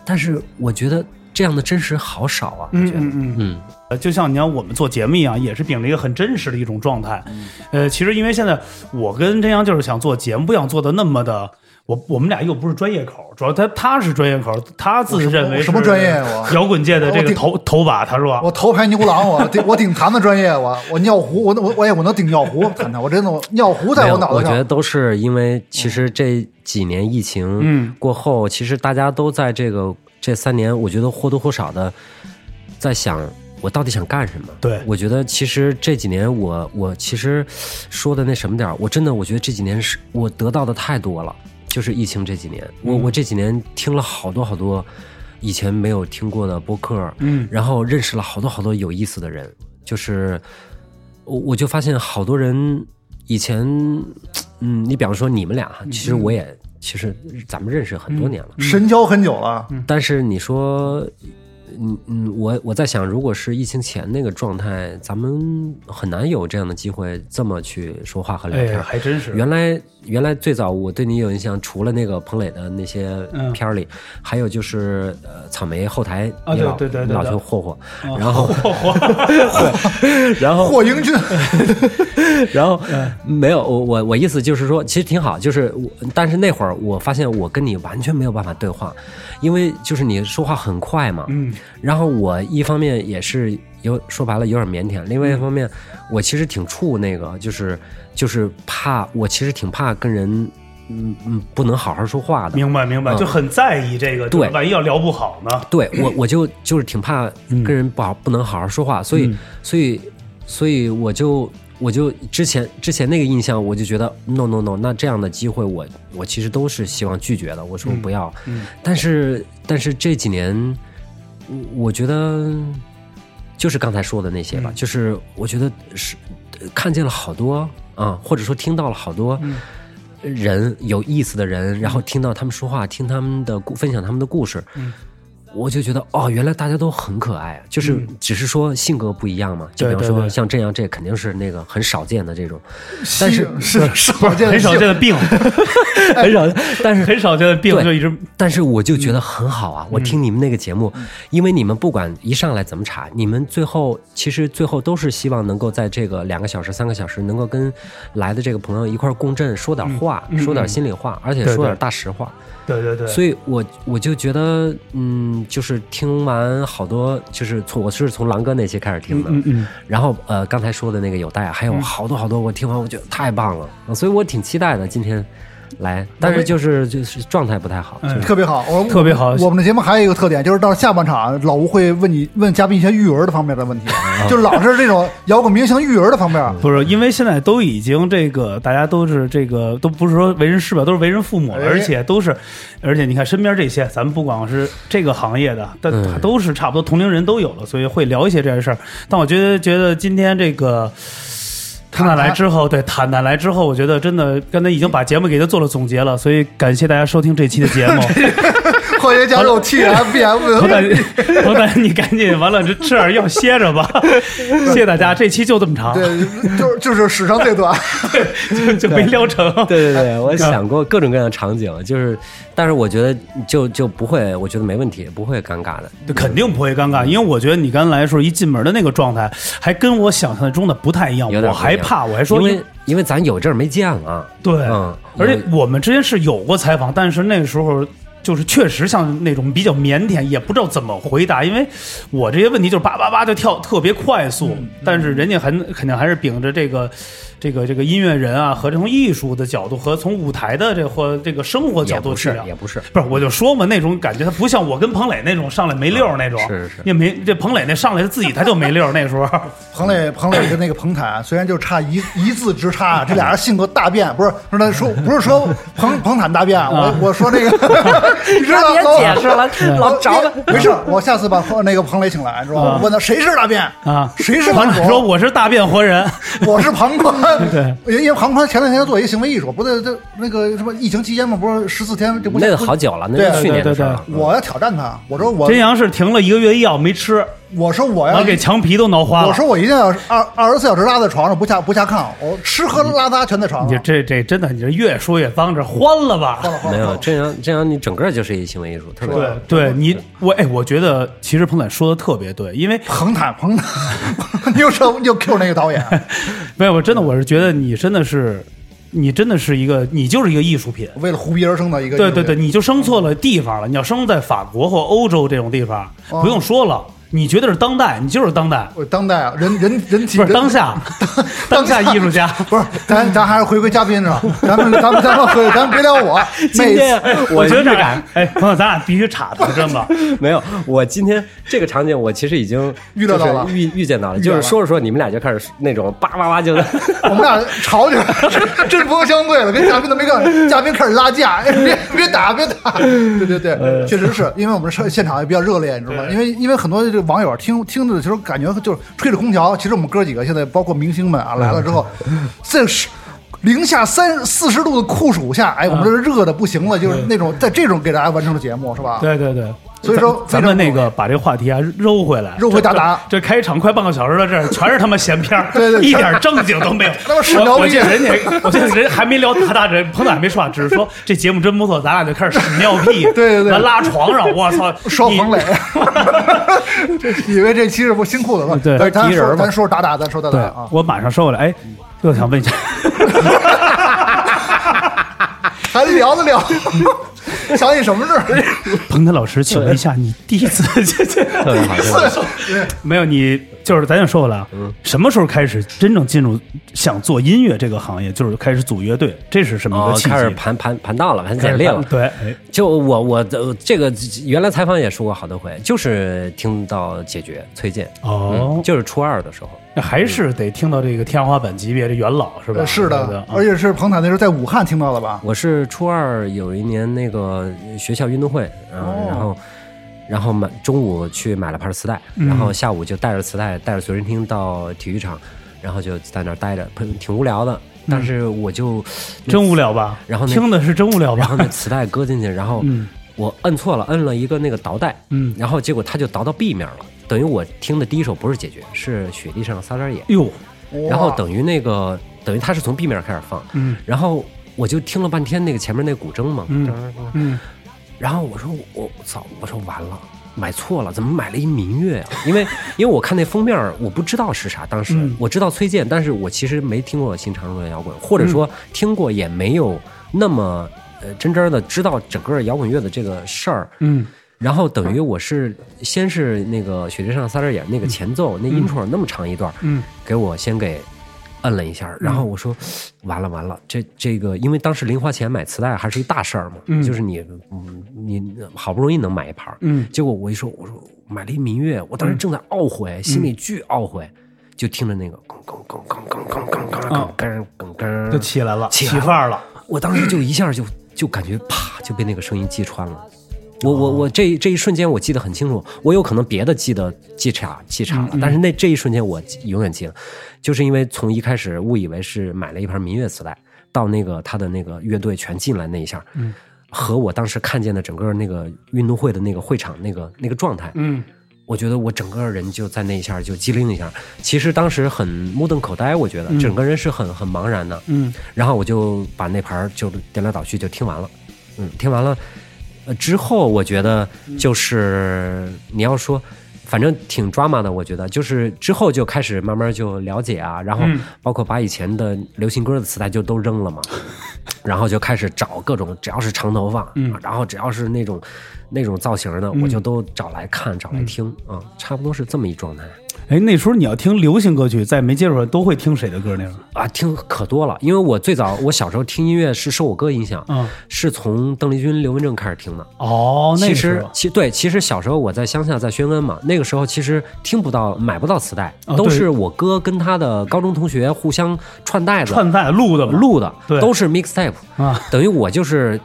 [SPEAKER 3] 但是我觉得这样的真实好少啊，我
[SPEAKER 1] 嗯
[SPEAKER 3] 觉得，
[SPEAKER 1] 嗯嗯。
[SPEAKER 3] 嗯
[SPEAKER 1] 呃，就像你看我们做节目一样，也是秉着一个很真实的一种状态。呃，其实因为现在我跟真阳就是想做节目，不想做的那么的。我我们俩又不是专业口，主要他他是专业口，他自认为
[SPEAKER 2] 我
[SPEAKER 1] 是
[SPEAKER 2] 什么我什么专业啊我
[SPEAKER 1] 摇滚界的这
[SPEAKER 2] 我
[SPEAKER 1] 个
[SPEAKER 2] 顶
[SPEAKER 1] 头头把，他说
[SPEAKER 2] 我头牌牛郎，我顶我顶坛子专业，我我尿壶，我我我也我能顶尿壶，谈谈我真的我尿壶在
[SPEAKER 3] 没有
[SPEAKER 2] 我脑
[SPEAKER 3] 我
[SPEAKER 2] 袋
[SPEAKER 3] 觉得
[SPEAKER 2] 上。
[SPEAKER 3] 都是因为其实这几年疫情
[SPEAKER 1] 嗯
[SPEAKER 3] 过后，其实大家都在这个这三年，我觉得或多或少的在想。我到底想干什么？
[SPEAKER 1] 对
[SPEAKER 3] 我觉得其实这几年我我其实说的那什么点儿，我真的我觉得这几年是我得到的太多了，就是疫情这几年，我
[SPEAKER 2] 嗯
[SPEAKER 3] 我这几年听了好多好多以前没有听过的播客，
[SPEAKER 1] 嗯
[SPEAKER 3] 然后认识了好多好多有意思的人，就是我我就发现好多人以前，嗯，你比方说你们俩哈，其实我也、
[SPEAKER 1] 嗯
[SPEAKER 3] 其实咱们认识很多年了，
[SPEAKER 2] 神交很久了，
[SPEAKER 1] 嗯
[SPEAKER 3] 但是你说，嗯嗯，我我在想，如果是疫情前那个状态，咱们很难有这样的机会这么去说话和聊天
[SPEAKER 1] 哎，
[SPEAKER 3] 儿。
[SPEAKER 1] 还真是，
[SPEAKER 3] 原来原来最早我对你有印象，除了那个彭磊的那些
[SPEAKER 1] 嗯
[SPEAKER 3] 片儿里，还有就是呃草莓后台
[SPEAKER 1] 啊
[SPEAKER 3] 你
[SPEAKER 1] 对
[SPEAKER 3] 老
[SPEAKER 1] 对对对
[SPEAKER 3] 你老
[SPEAKER 1] 对啊
[SPEAKER 3] 去霍霍，然后然后
[SPEAKER 2] 霍英俊，
[SPEAKER 3] 然后没有，我我我意思就是说，其实挺好，就是我，但是那会儿我发现我跟你完全没有办法对话，因为就是你说话很快嘛，
[SPEAKER 1] 嗯，
[SPEAKER 3] 然后我一方面也是有说白了有点腼腆，另外一方面我其实挺怵那个，就是就是怕我其实挺怕跟人，嗯嗯，不能好好说话的，
[SPEAKER 1] 明白明白，
[SPEAKER 3] 嗯
[SPEAKER 1] 就很在意这个，
[SPEAKER 3] 对
[SPEAKER 1] 就是万一要聊不好呢？
[SPEAKER 3] 对我我就就是挺怕跟人不好、不能好好说话，所以、
[SPEAKER 1] 嗯
[SPEAKER 3] 所以所以我就我就之前之前那个印象，我就觉得 no no no，那这样的机会我我其实都是希望拒绝的，我说不要，
[SPEAKER 1] 嗯
[SPEAKER 3] 但是但是这几年，我我觉得就是刚才说的那些吧，
[SPEAKER 1] 嗯
[SPEAKER 3] 就是我觉得是呃看见了好多啊，或者说听到了好多。
[SPEAKER 1] 嗯
[SPEAKER 3] 人有意思的人，然后听到他们说话，听他们的故分享他们的故事，
[SPEAKER 1] 嗯
[SPEAKER 3] 我就觉得哦，原来大家都很可爱啊，就是
[SPEAKER 1] 嗯
[SPEAKER 3] 只是说性格不一样嘛。就
[SPEAKER 1] 对
[SPEAKER 3] 比方
[SPEAKER 1] 对
[SPEAKER 3] 说
[SPEAKER 1] 对
[SPEAKER 3] 像这样，这肯定是那个很少见的这种，但是
[SPEAKER 2] 是是少见的
[SPEAKER 1] 很少见
[SPEAKER 2] 性
[SPEAKER 1] 的病，
[SPEAKER 3] 很少。但 是
[SPEAKER 1] 很少见的病
[SPEAKER 3] 对
[SPEAKER 1] 就一直
[SPEAKER 3] 但是我就觉得很好
[SPEAKER 1] 嗯
[SPEAKER 3] 啊！我听你们那个节目，因为你们不管一上来怎么查，你们最后其实最后都是希望能够在这个两个小时、三个小时，能够跟来的这个朋友一块儿共振，说点话，
[SPEAKER 1] 嗯嗯
[SPEAKER 3] 说点
[SPEAKER 1] 嗯
[SPEAKER 3] 心里话，而且
[SPEAKER 1] 对
[SPEAKER 3] 说
[SPEAKER 1] 对
[SPEAKER 3] 点大实话。
[SPEAKER 1] 对对对，
[SPEAKER 3] 所以我我就觉得，嗯，就是听完好多，就是从我是从狼哥那期开始听的，
[SPEAKER 1] 嗯嗯
[SPEAKER 3] 然后呃，刚才说的那个有带，还有好多好多，我听完我觉得太棒了，所以我挺期待的今天来，但是就是就是状态不太好，
[SPEAKER 1] 嗯
[SPEAKER 2] 特别好，我
[SPEAKER 1] 特别好
[SPEAKER 2] 我们的节目还有一个特点，就是到下半场，老吴会问你问嘉宾一些育儿的方面的问题，
[SPEAKER 1] 啊
[SPEAKER 2] 就老是这种摇滚明星育儿的方面。
[SPEAKER 1] 不是，因为现在都已经这个，大家都是这个，都不是说为人师表，都是为人父母了，
[SPEAKER 2] 哎
[SPEAKER 1] 而且都是，而且你看身边这些，咱们不管是这个行业的，但
[SPEAKER 3] 嗯
[SPEAKER 1] 都是差不多同龄人都有了，所以会聊一些这些事儿。但我觉得，觉得今天这个。谈谈来之后，对谈谈来之后，我觉得真的刚才已经把节目给他做了总结了，所以感谢大家收听这期的节目。
[SPEAKER 2] 欢迎加入 T M B M
[SPEAKER 1] 头蛋，头蛋，你赶紧完了，这吃点药歇着吧。谢谢大家，这期就这么长，
[SPEAKER 2] 对，就是就是史上最短。
[SPEAKER 1] 就就没聊成。
[SPEAKER 3] 对对对，我想过各种各样的场景，就是，但是我觉得就就不会，我觉得没问题，不会尴尬的。
[SPEAKER 1] 对肯定不会尴尬，因为我觉得你刚来的时候一进门的那个状态，还跟我想象中的不太一样。
[SPEAKER 3] 有点
[SPEAKER 1] 我
[SPEAKER 3] 不一样
[SPEAKER 1] 还怕，我还说
[SPEAKER 3] 因为因为咱有阵儿没见了，
[SPEAKER 1] 对，
[SPEAKER 3] 嗯
[SPEAKER 1] 而且
[SPEAKER 3] 因
[SPEAKER 1] 我们之前是有过采访，但是那个时候就是确实像那种比较腼腆，也不知道怎么回答，因为我这些问题就是叭叭叭就跳，特别快
[SPEAKER 3] 嗯
[SPEAKER 1] 速。但是人家还肯定还是秉着这个。这个这个音乐人啊，和这种艺术的角度，和从舞台的这或这个生活角
[SPEAKER 3] 也
[SPEAKER 1] 度
[SPEAKER 3] 不
[SPEAKER 1] 去
[SPEAKER 3] 是
[SPEAKER 1] 聊，
[SPEAKER 3] 也不是，
[SPEAKER 1] 不是，我就说嘛，那种感觉他不像我跟彭磊那种上来没溜儿那种，
[SPEAKER 3] 是是
[SPEAKER 1] 也没这彭磊那上来自己他就没溜儿那时候，
[SPEAKER 2] 彭磊，彭磊跟那个彭坦虽然就差一一字之差，这俩人性格大变，不是不是说不是说彭彭坦大变，我我说那个，你知道
[SPEAKER 3] 别
[SPEAKER 2] 老
[SPEAKER 3] 解释了，老着了。
[SPEAKER 2] 没事，我下次把彭那个彭磊请来，知道
[SPEAKER 1] 啊
[SPEAKER 2] 吧？我问他谁是大变
[SPEAKER 1] 啊
[SPEAKER 2] 谁是
[SPEAKER 1] 彭
[SPEAKER 2] 彭
[SPEAKER 1] 磊
[SPEAKER 2] 总？
[SPEAKER 1] 说 我是大变活人，
[SPEAKER 2] 我是庞宽，
[SPEAKER 1] 对，
[SPEAKER 2] 因为庞宽前两天做一个行为艺术，不对，这那个什么疫情期间嘛，不是十四天就不
[SPEAKER 3] 那个好久了，那
[SPEAKER 2] 对
[SPEAKER 3] 是去年的事儿
[SPEAKER 1] 对。
[SPEAKER 2] 我要挑战他，我说我
[SPEAKER 1] 真阳是停了一个月药没吃，
[SPEAKER 2] 我说我
[SPEAKER 1] 然
[SPEAKER 2] 要
[SPEAKER 1] 后给墙皮都挠花了。
[SPEAKER 2] 我说我一定要二二十四小时拉在床上，不下不下炕，我吃喝拉撒全在床
[SPEAKER 1] 你
[SPEAKER 2] 上。
[SPEAKER 1] 这这真的，你这越说越脏，这欢了吧？
[SPEAKER 2] 慌了慌
[SPEAKER 3] 没
[SPEAKER 2] 了
[SPEAKER 3] 有，这样这样你整个就是一行为艺术，特别
[SPEAKER 1] 对对，你我哎，我觉得其实彭磊说的特别对，因为
[SPEAKER 2] 彭坦彭坦， 你又说又 Q 那个导演，
[SPEAKER 1] 没有，我真的我是觉得你真的是，你真的是一个，你就是一个艺术品。
[SPEAKER 2] 为了胡逼而生的一个
[SPEAKER 1] 对对对，，你就生错了地方了。你要生在法国或欧洲这种地方，
[SPEAKER 2] 哦
[SPEAKER 1] 不用说了，你觉得是当代，你就是当代，
[SPEAKER 2] 我当代啊，人人人体
[SPEAKER 1] 不是
[SPEAKER 2] 人
[SPEAKER 1] 当下， 当下艺术家。
[SPEAKER 2] 不是，咱咱还是回归嘉宾上，咱们咱们咱们回，咱们别聊我，
[SPEAKER 1] 啊
[SPEAKER 2] 每次
[SPEAKER 1] 我觉得这俩，哎，朋友，咱俩必须插他，真 的。
[SPEAKER 3] 没有，我今天这个场景我其实已经
[SPEAKER 2] 预料到
[SPEAKER 3] 就是
[SPEAKER 2] 了
[SPEAKER 3] 预预见到了，
[SPEAKER 2] 预料
[SPEAKER 3] 就
[SPEAKER 2] 到了
[SPEAKER 3] 是说着说着你们俩就开始那种叭叭叭就
[SPEAKER 2] 我们俩吵起来，这针锋相对了， 跟嘉宾都没干，嘉宾开始拉架， 哎别别打别打， 对对
[SPEAKER 1] 哎
[SPEAKER 2] 对，确实是因为我们是现场也比较热烈，你知道吗？因为因为很多这个网友听听着的时候感觉就是吹着空调，其实我们哥几个现在包括明星们啊来了之后，
[SPEAKER 1] 嗯
[SPEAKER 2] 这是。零下三四十度的酷暑下，哎，我们这
[SPEAKER 1] 嗯
[SPEAKER 2] 热的不行了，就是那种在这种给大家完成的节目是吧？
[SPEAKER 1] 对对对，
[SPEAKER 2] 所以说
[SPEAKER 1] 咱
[SPEAKER 2] 非
[SPEAKER 1] 们
[SPEAKER 2] 常
[SPEAKER 1] 那个把这话题啊揉回来，
[SPEAKER 2] 揉
[SPEAKER 1] 这
[SPEAKER 2] 回达达
[SPEAKER 1] 这这开场快半个小时了，这全是他妈闲篇儿
[SPEAKER 2] 对对
[SPEAKER 1] 一点正经都没有。
[SPEAKER 2] 他妈屎
[SPEAKER 1] 我
[SPEAKER 2] 尿
[SPEAKER 1] 我
[SPEAKER 2] 屁
[SPEAKER 1] 记得人家，我记得人还没聊达达，人彭总还没说话，只是 说这节目真不错，咱俩就开始屎尿屁，
[SPEAKER 2] 对对对
[SPEAKER 1] 咱拉床上，我 操，
[SPEAKER 2] 说
[SPEAKER 1] 你
[SPEAKER 2] 彭 磊，这以为这期是不辛苦的吗？
[SPEAKER 1] 对
[SPEAKER 2] 咱咱
[SPEAKER 3] 敌人
[SPEAKER 2] 说
[SPEAKER 3] 嘛
[SPEAKER 2] 咱说达达，咱说达达
[SPEAKER 1] 对
[SPEAKER 2] 啊，。
[SPEAKER 1] 我马上收回来。哎，又想问 一下，
[SPEAKER 2] 还聊得了， 想起什么事 儿？
[SPEAKER 1] 彭坦老师，请问一下，你第一次 这这
[SPEAKER 3] 特别 好，特别好
[SPEAKER 1] 没有你，就是咱也说回来啊，
[SPEAKER 3] 嗯
[SPEAKER 1] 什么时候开始真正进入想做音乐这个行业，就是开始组乐队，这是什么一
[SPEAKER 3] 哦
[SPEAKER 1] 个契机？
[SPEAKER 3] 开始盘盘盘道 了，盘
[SPEAKER 1] 开
[SPEAKER 3] 简
[SPEAKER 1] 始
[SPEAKER 3] 历了。
[SPEAKER 1] 对，哎
[SPEAKER 3] 就我我的这个原来采访也说过好多回，就是听到解决崔健，
[SPEAKER 1] 哦
[SPEAKER 3] 嗯，就是初二的时候，
[SPEAKER 1] 那还是得听到这个天花板级别的元老是吧？
[SPEAKER 2] 是
[SPEAKER 1] 对
[SPEAKER 2] 的
[SPEAKER 1] 啊，
[SPEAKER 2] 而且是彭坦那时候在武汉听到的吧？
[SPEAKER 3] 我是初二有一年那个学校运动会，嗯、
[SPEAKER 2] 哦
[SPEAKER 3] 然后然后买中午去买了盘磁带，
[SPEAKER 1] 嗯
[SPEAKER 3] 然后下午就带着磁带带着随身听到体育场，然后就在那儿待着，挺挺无聊的。
[SPEAKER 1] 嗯
[SPEAKER 3] 但是我就，
[SPEAKER 1] 真无聊吧？
[SPEAKER 3] 然后那
[SPEAKER 1] 听的是真无聊
[SPEAKER 3] 然后
[SPEAKER 1] 吧？
[SPEAKER 3] 那磁带搁进去，然后
[SPEAKER 1] 嗯
[SPEAKER 3] 我摁错了，摁了一个那个导带，
[SPEAKER 1] 嗯，
[SPEAKER 3] 然后结果它就倒到 B 面了，等于我听的第一首不是解决，是雪地上撒点野，
[SPEAKER 1] 哟，
[SPEAKER 3] 嗯然后
[SPEAKER 2] 哇，
[SPEAKER 3] 等于那个等于它是从 B 面开始放，
[SPEAKER 1] 嗯
[SPEAKER 3] 然后我就听了半天那个前面那古筝嘛，
[SPEAKER 1] 嗯嗯，
[SPEAKER 3] 然后我说我操，我说完了，买错了，怎么买了一民乐啊？因为因为我看那封面儿，我不知道是啥，当时、
[SPEAKER 1] 嗯
[SPEAKER 3] 我知道崔健，但是我其实没听过新长春摇滚，或者说
[SPEAKER 1] 嗯
[SPEAKER 3] 听过也没有那么呃真真的知道整个摇滚乐的这个事儿。
[SPEAKER 1] 嗯
[SPEAKER 3] 然后等于我是先是那个《雪地上撒点野》那个前奏、那 intro 那么长一段，
[SPEAKER 1] 嗯，
[SPEAKER 3] 给我先给摁了一下，然后我说，完了完了，这这个，因为当时零花钱买磁带还是一大事儿嘛，就是你嗯你好不容易能买一盘儿，
[SPEAKER 1] 嗯
[SPEAKER 3] 结果我一说，我说买了一民乐，我当时正在懊悔，心里巨懊悔，就听着那个咣咣咣咣咣咣咣咣咣咣咣，
[SPEAKER 1] 就起来了，
[SPEAKER 3] 起
[SPEAKER 1] 起
[SPEAKER 3] 来了
[SPEAKER 1] 范儿了。
[SPEAKER 3] 我当时就一下就 就感觉啪就被那个声音击穿了。我我我这这一瞬间我记得很清楚，我有可能别的记得记差记差了，但是那这一瞬间我记永远记得，就是因为从一开始误以为是买了一盘民乐磁带，到那个他的那个乐队全进来那一下，嗯，和我当时看见的整个那个运动会的那个会场那个那个状态，
[SPEAKER 1] 嗯，
[SPEAKER 3] 我觉得我整个人就在那一下就机灵一下，其实当时很目瞪口呆，我觉得、整个人是很很茫然的。
[SPEAKER 1] 嗯，
[SPEAKER 3] 然后我就把那盘儿就颠来倒去就听完了，嗯，听完了，呃，之后我觉得就是、你要说。反正挺 drama 的，我觉得就是之后就开始慢慢就了解啊，然后包括把以前的流行歌的磁带就都扔了嘛，然后就开始找各种，只要是长头发，嗯，然后只要是那种那种造型的，我就都找来看，找来听啊、差不多是这么一状态
[SPEAKER 1] 哎，那时候你要听流行歌曲，在没接触的都会听谁的歌那时候？
[SPEAKER 3] 啊，听可多了。因为我最早我小时候听音乐是受我哥影响，
[SPEAKER 1] 嗯
[SPEAKER 3] 是从邓丽君、刘文正开始听的。
[SPEAKER 1] 哦，那
[SPEAKER 3] 其
[SPEAKER 1] 个
[SPEAKER 3] 实
[SPEAKER 1] 时，候
[SPEAKER 3] 其对，其实小时候我在乡下，在宣恩嘛，那个时候其实听不到、买不到磁带，
[SPEAKER 1] 哦
[SPEAKER 3] 都
[SPEAKER 1] 对
[SPEAKER 3] 是我哥跟他的高中同学互相串带子、
[SPEAKER 1] 串在录的吧
[SPEAKER 3] 录的，
[SPEAKER 1] 对
[SPEAKER 3] 都是 mixtape。
[SPEAKER 1] 啊，
[SPEAKER 3] 等于我就是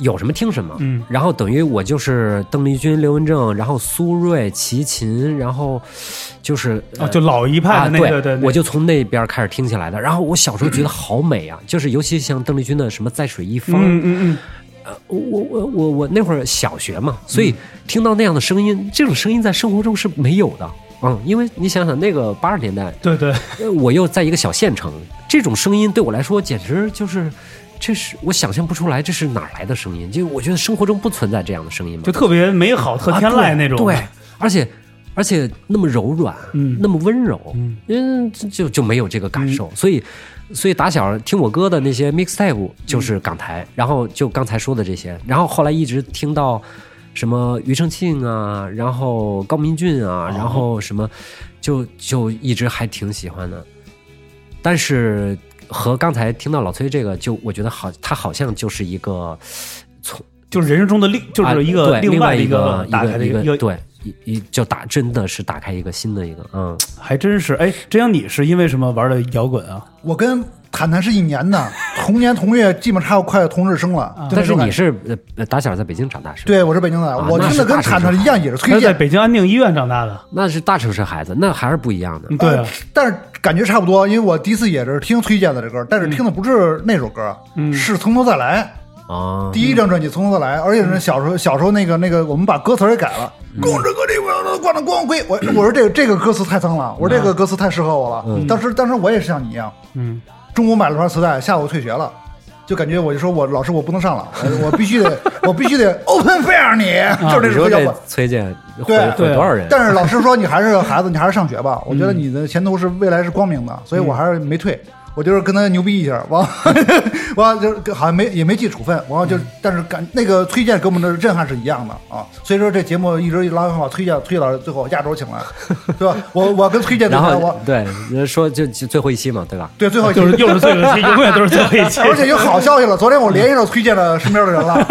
[SPEAKER 3] 有什么听什么，
[SPEAKER 1] 嗯，
[SPEAKER 3] 然后等于我就是邓丽君、刘文正，然后苏芮、齐秦，然后就是、
[SPEAKER 1] 哦就老一派
[SPEAKER 3] 啊，
[SPEAKER 1] 的那个，对，对
[SPEAKER 3] 我就从那边开始听起来的。然后我小时候觉得好 美啊，就是尤其像邓丽君的什么《在水一方》
[SPEAKER 1] 嗯嗯
[SPEAKER 3] 呃，我我我我我那会儿小学嘛，所以听到那样的声音，这种声音在生活中是没有的。嗯，因为你想想那个八十年代
[SPEAKER 1] 嗯，，对对，
[SPEAKER 3] 呃我又在一个小县城，这种声音对我来说简直就是，这是我想象不出来，这是哪儿来的声音？就我觉得生活中不存在这样的声音嘛，
[SPEAKER 1] 就特别美好、特天籁
[SPEAKER 3] 啊
[SPEAKER 1] 那种。
[SPEAKER 3] 对，对，而且而且那么柔软，
[SPEAKER 1] 嗯
[SPEAKER 3] 那么温柔，嗯，就就就没有这个感受，所以所以打小听我哥的那些 mixtape 就是港台，然后就刚才说的这些，然后后来一直听到什么庾澄庆啊，然后高明俊
[SPEAKER 1] 哦
[SPEAKER 3] 啊，然后什么，就就一直还挺喜欢的，但是和刚才听到老崔这个，就我觉得好，他好像就是一个。
[SPEAKER 1] 就是人生中的另，就是一个
[SPEAKER 3] 啊对另
[SPEAKER 1] 外
[SPEAKER 3] 一
[SPEAKER 1] 个打开的
[SPEAKER 3] 一
[SPEAKER 1] 个
[SPEAKER 3] 个
[SPEAKER 1] 一个，
[SPEAKER 3] 对一一就打真的是打开一个新的一个嗯，
[SPEAKER 1] 还真是。哎，真阳，你是因为什么玩的摇滚啊？
[SPEAKER 2] 我跟坦坦是一年的，同年同月，基本差不多快同日生了。就
[SPEAKER 3] 啊但
[SPEAKER 2] 那
[SPEAKER 3] 是
[SPEAKER 2] 种感
[SPEAKER 3] 你
[SPEAKER 2] 觉
[SPEAKER 3] 是呃打小在北京长大是吧？，
[SPEAKER 2] 对我是北京的，
[SPEAKER 3] 啊
[SPEAKER 2] 我
[SPEAKER 3] 那
[SPEAKER 2] 听
[SPEAKER 3] 是
[SPEAKER 2] 的跟
[SPEAKER 3] 大城
[SPEAKER 2] 坦坦
[SPEAKER 3] 市
[SPEAKER 2] 一样，也是
[SPEAKER 1] 他
[SPEAKER 2] 推
[SPEAKER 1] 是在
[SPEAKER 2] 荐，
[SPEAKER 1] 北京安定医院长大的。
[SPEAKER 3] 那是大城市孩子，那还是不一样的
[SPEAKER 1] 嗯。对啊，
[SPEAKER 2] 呃但是感觉差不多，因为我第一次也是听推荐的这歌，但
[SPEAKER 3] 嗯
[SPEAKER 2] 是听的不是那首歌，是从头再来。
[SPEAKER 3] 啊，
[SPEAKER 2] 第一张专辑从头再来，而且
[SPEAKER 3] 嗯
[SPEAKER 2] 是小时候小时候那个那个，我们把歌词儿也改了。光着个这光光着光辉，我我说这个这个歌词太脏了，我说这
[SPEAKER 3] 嗯
[SPEAKER 2] 个歌词太适合我了。当时当时我也是像你一样，
[SPEAKER 1] 嗯，
[SPEAKER 2] 中午买了盘磁带，下午退学了。就感觉我就说我老师我不能上了，我我必须得我必须得 open fair 你，就是
[SPEAKER 3] 啊你
[SPEAKER 2] 这种
[SPEAKER 3] 说
[SPEAKER 2] 摇滚
[SPEAKER 3] 这。崔健毁
[SPEAKER 2] 对
[SPEAKER 3] 毁多少人？
[SPEAKER 2] 但是老师说你还 是个孩子，你还是上学吧。我觉得你的前途是未来是光明的，所以我还是没退。我就是跟他牛逼一下， 完，完就是好像没也没记处分，完了就
[SPEAKER 3] 嗯
[SPEAKER 2] 但是感那个推荐给我们的震撼是一样的啊，所以说这节目一直老想把推荐推到最后压轴请来，对吧？我我跟推荐对
[SPEAKER 3] 然
[SPEAKER 2] 谈，
[SPEAKER 3] 后
[SPEAKER 2] 我
[SPEAKER 3] 对呃说就就最后一期嘛，对吧？
[SPEAKER 2] 对最后一期
[SPEAKER 1] 就是又是最后一期，永远都是最后一期。
[SPEAKER 2] 而且有好消息了，昨天我联系上推荐了身边的人了，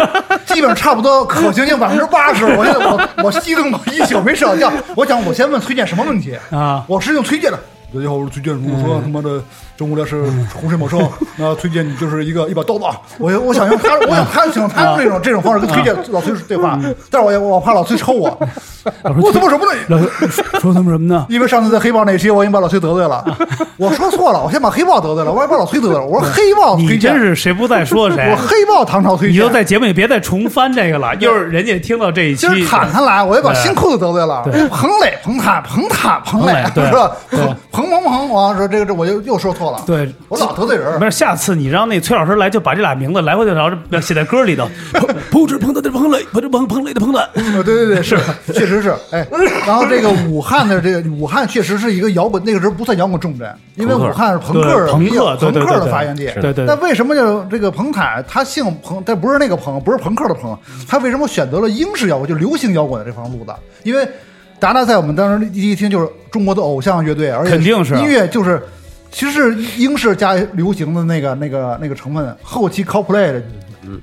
[SPEAKER 2] 基本上差不多可行性百分之八十。我现在我我激动到一宿没睡好觉。我想我先问推荐什么问题
[SPEAKER 1] 啊
[SPEAKER 2] 我是用推荐的。嗯大家好，我是推荐如何他妈的真无聊是洪水猛兽，那推荐你就是一个一把刀子。我我想用他，我想他想他用这种这种方式跟推荐老崔对话，但是我也我怕老崔抽我，我他妈什么东西？
[SPEAKER 1] 老师说说他们什么呢？
[SPEAKER 2] 因为上次在黑豹那期，我已经把老崔得罪了，我说错了，我先把黑豹得罪了，我还把老崔得罪了，我说黑豹推
[SPEAKER 1] 你
[SPEAKER 2] 荐
[SPEAKER 1] 真是谁不在说谁
[SPEAKER 2] 我。黑豹唐朝推荐，
[SPEAKER 1] 你都在节目里别再重翻这个了，一会儿人家听到这一期
[SPEAKER 2] 今，儿坦坦来，我也把新裤子得罪了
[SPEAKER 1] 对，
[SPEAKER 2] 彭磊、彭坦、彭坦、彭磊，
[SPEAKER 1] 彭磊对
[SPEAKER 2] 是吧？
[SPEAKER 1] 对
[SPEAKER 2] 彭彭彭彭，我说这个这我又又说错了，
[SPEAKER 1] 对
[SPEAKER 2] 我老得罪人
[SPEAKER 1] 没
[SPEAKER 2] 儿。
[SPEAKER 1] 事，下次你让那崔老师来，就把这俩名字来回就聊着写在歌里头。彭志彭的彭磊，彭志彭彭磊的彭磊。
[SPEAKER 2] 呃对对对，是，确实是，哎，然后这个武汉的这个武汉确实是一个摇滚，那个时候不算摇滚重镇，因为
[SPEAKER 3] 朋克
[SPEAKER 2] 武汉是朋
[SPEAKER 1] 对
[SPEAKER 2] 克的
[SPEAKER 1] 朋
[SPEAKER 2] 比较
[SPEAKER 1] 克对
[SPEAKER 2] 朋
[SPEAKER 1] 对
[SPEAKER 2] 克
[SPEAKER 1] 对
[SPEAKER 2] 的
[SPEAKER 1] 对
[SPEAKER 2] 发源地，
[SPEAKER 1] 是对对对
[SPEAKER 2] 但为什么就这个彭坦他姓彭，但不是那个彭，不是朋克的朋，他为什么选择了英式摇滚，就流行摇滚的这方路子？因为达达在我们当时第一听就是中国的偶像乐队，而且
[SPEAKER 1] 肯定是啊
[SPEAKER 2] 音乐就是其实是英式加流行的那个那个那个成分，后期 cosplay 的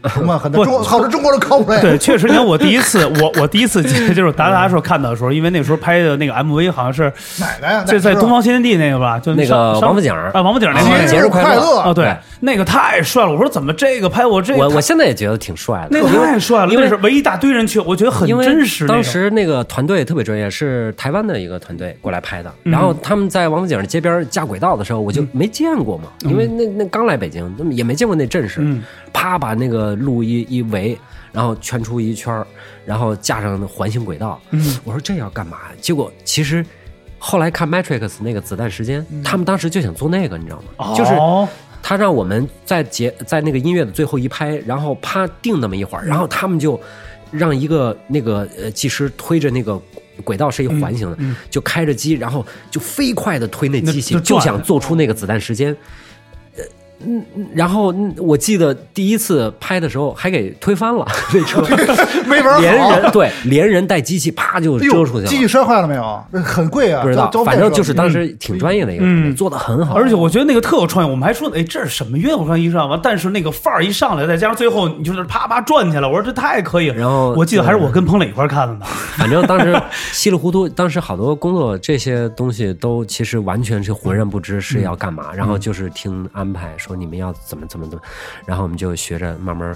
[SPEAKER 2] 成分很大。
[SPEAKER 1] 不
[SPEAKER 2] 中国好多中国的 cosplay，
[SPEAKER 1] 对，确实，你看我第一次，我我第一次就是达达的时候看到的时候，因为那时候拍的那个 MV 好像是
[SPEAKER 2] 奶奶啊，
[SPEAKER 1] 就在
[SPEAKER 2] 奶奶
[SPEAKER 1] 东方新天地那个吧，就
[SPEAKER 3] 那个
[SPEAKER 1] 上
[SPEAKER 3] 王府井儿
[SPEAKER 1] 啊，王府井那
[SPEAKER 3] 啊
[SPEAKER 1] 块
[SPEAKER 2] 节
[SPEAKER 1] 儿
[SPEAKER 2] 日快乐
[SPEAKER 1] 啊，对
[SPEAKER 3] 对，
[SPEAKER 1] 那个太帅了。我说怎么这个拍我这个
[SPEAKER 3] 我我现在也觉得挺帅的，
[SPEAKER 1] 那个太帅了，
[SPEAKER 3] 因为
[SPEAKER 1] 那是围一大堆人去，我觉得很
[SPEAKER 3] 因为
[SPEAKER 1] 真实那种。
[SPEAKER 3] 当时那个团队特别专业，是台湾的一个团队过来拍的。
[SPEAKER 1] 嗯
[SPEAKER 3] 然后他们在王府井街边架轨道的时候，我就没见过嘛，因为那那刚来北京，那么也没见过那阵势。
[SPEAKER 1] 嗯
[SPEAKER 3] 啪，把那个路一一围，然后圈出一圈儿然后架上那环形轨道。
[SPEAKER 1] 嗯
[SPEAKER 3] 我说这要干嘛？结果其实。后来看《Matrix》那个子弹时间，他们当时就想做那个，你知道吗？就是
[SPEAKER 1] 嗯哦
[SPEAKER 3] 他让我们在节在那个音乐的最后一拍，然后啪定那么一会儿，然后他们就让一个那个呃技师推着那个轨道是一环形的，就开着机，然后就飞快的推那机器，
[SPEAKER 1] 那就
[SPEAKER 3] 就
[SPEAKER 1] 转
[SPEAKER 3] 想做出那个子弹时间。呃，嗯，然后嗯我记得第一次拍的时候还给推翻了 那车，
[SPEAKER 2] 没玩
[SPEAKER 3] 连
[SPEAKER 2] 好。
[SPEAKER 3] 人对连人带机器啪就
[SPEAKER 2] 哎
[SPEAKER 3] 遮出
[SPEAKER 2] 呦，机
[SPEAKER 3] 去
[SPEAKER 2] 器
[SPEAKER 3] 了。
[SPEAKER 2] 摔坏了没有？这很贵啊，
[SPEAKER 3] 不知道
[SPEAKER 2] 交，交费
[SPEAKER 3] 反正就是
[SPEAKER 2] 吧
[SPEAKER 3] 当时挺专业的一个团队，做的很好，
[SPEAKER 1] 而且我觉得那个特有创意，我们还说，哎，这是什么乐？我穿衣裳完，但是那个范儿一上来，再加上最后你就是啪啪转起来，我说这太可以了。
[SPEAKER 3] 然后
[SPEAKER 1] 我记得还是我跟彭磊一块儿看的呢。
[SPEAKER 3] 反正当时稀里糊涂，当时好多工作这些东西都其实完全是浑然不知是要干
[SPEAKER 1] 嗯
[SPEAKER 3] 嘛，然后就是听安排说你们要怎么怎么怎么，然后我们就学着慢慢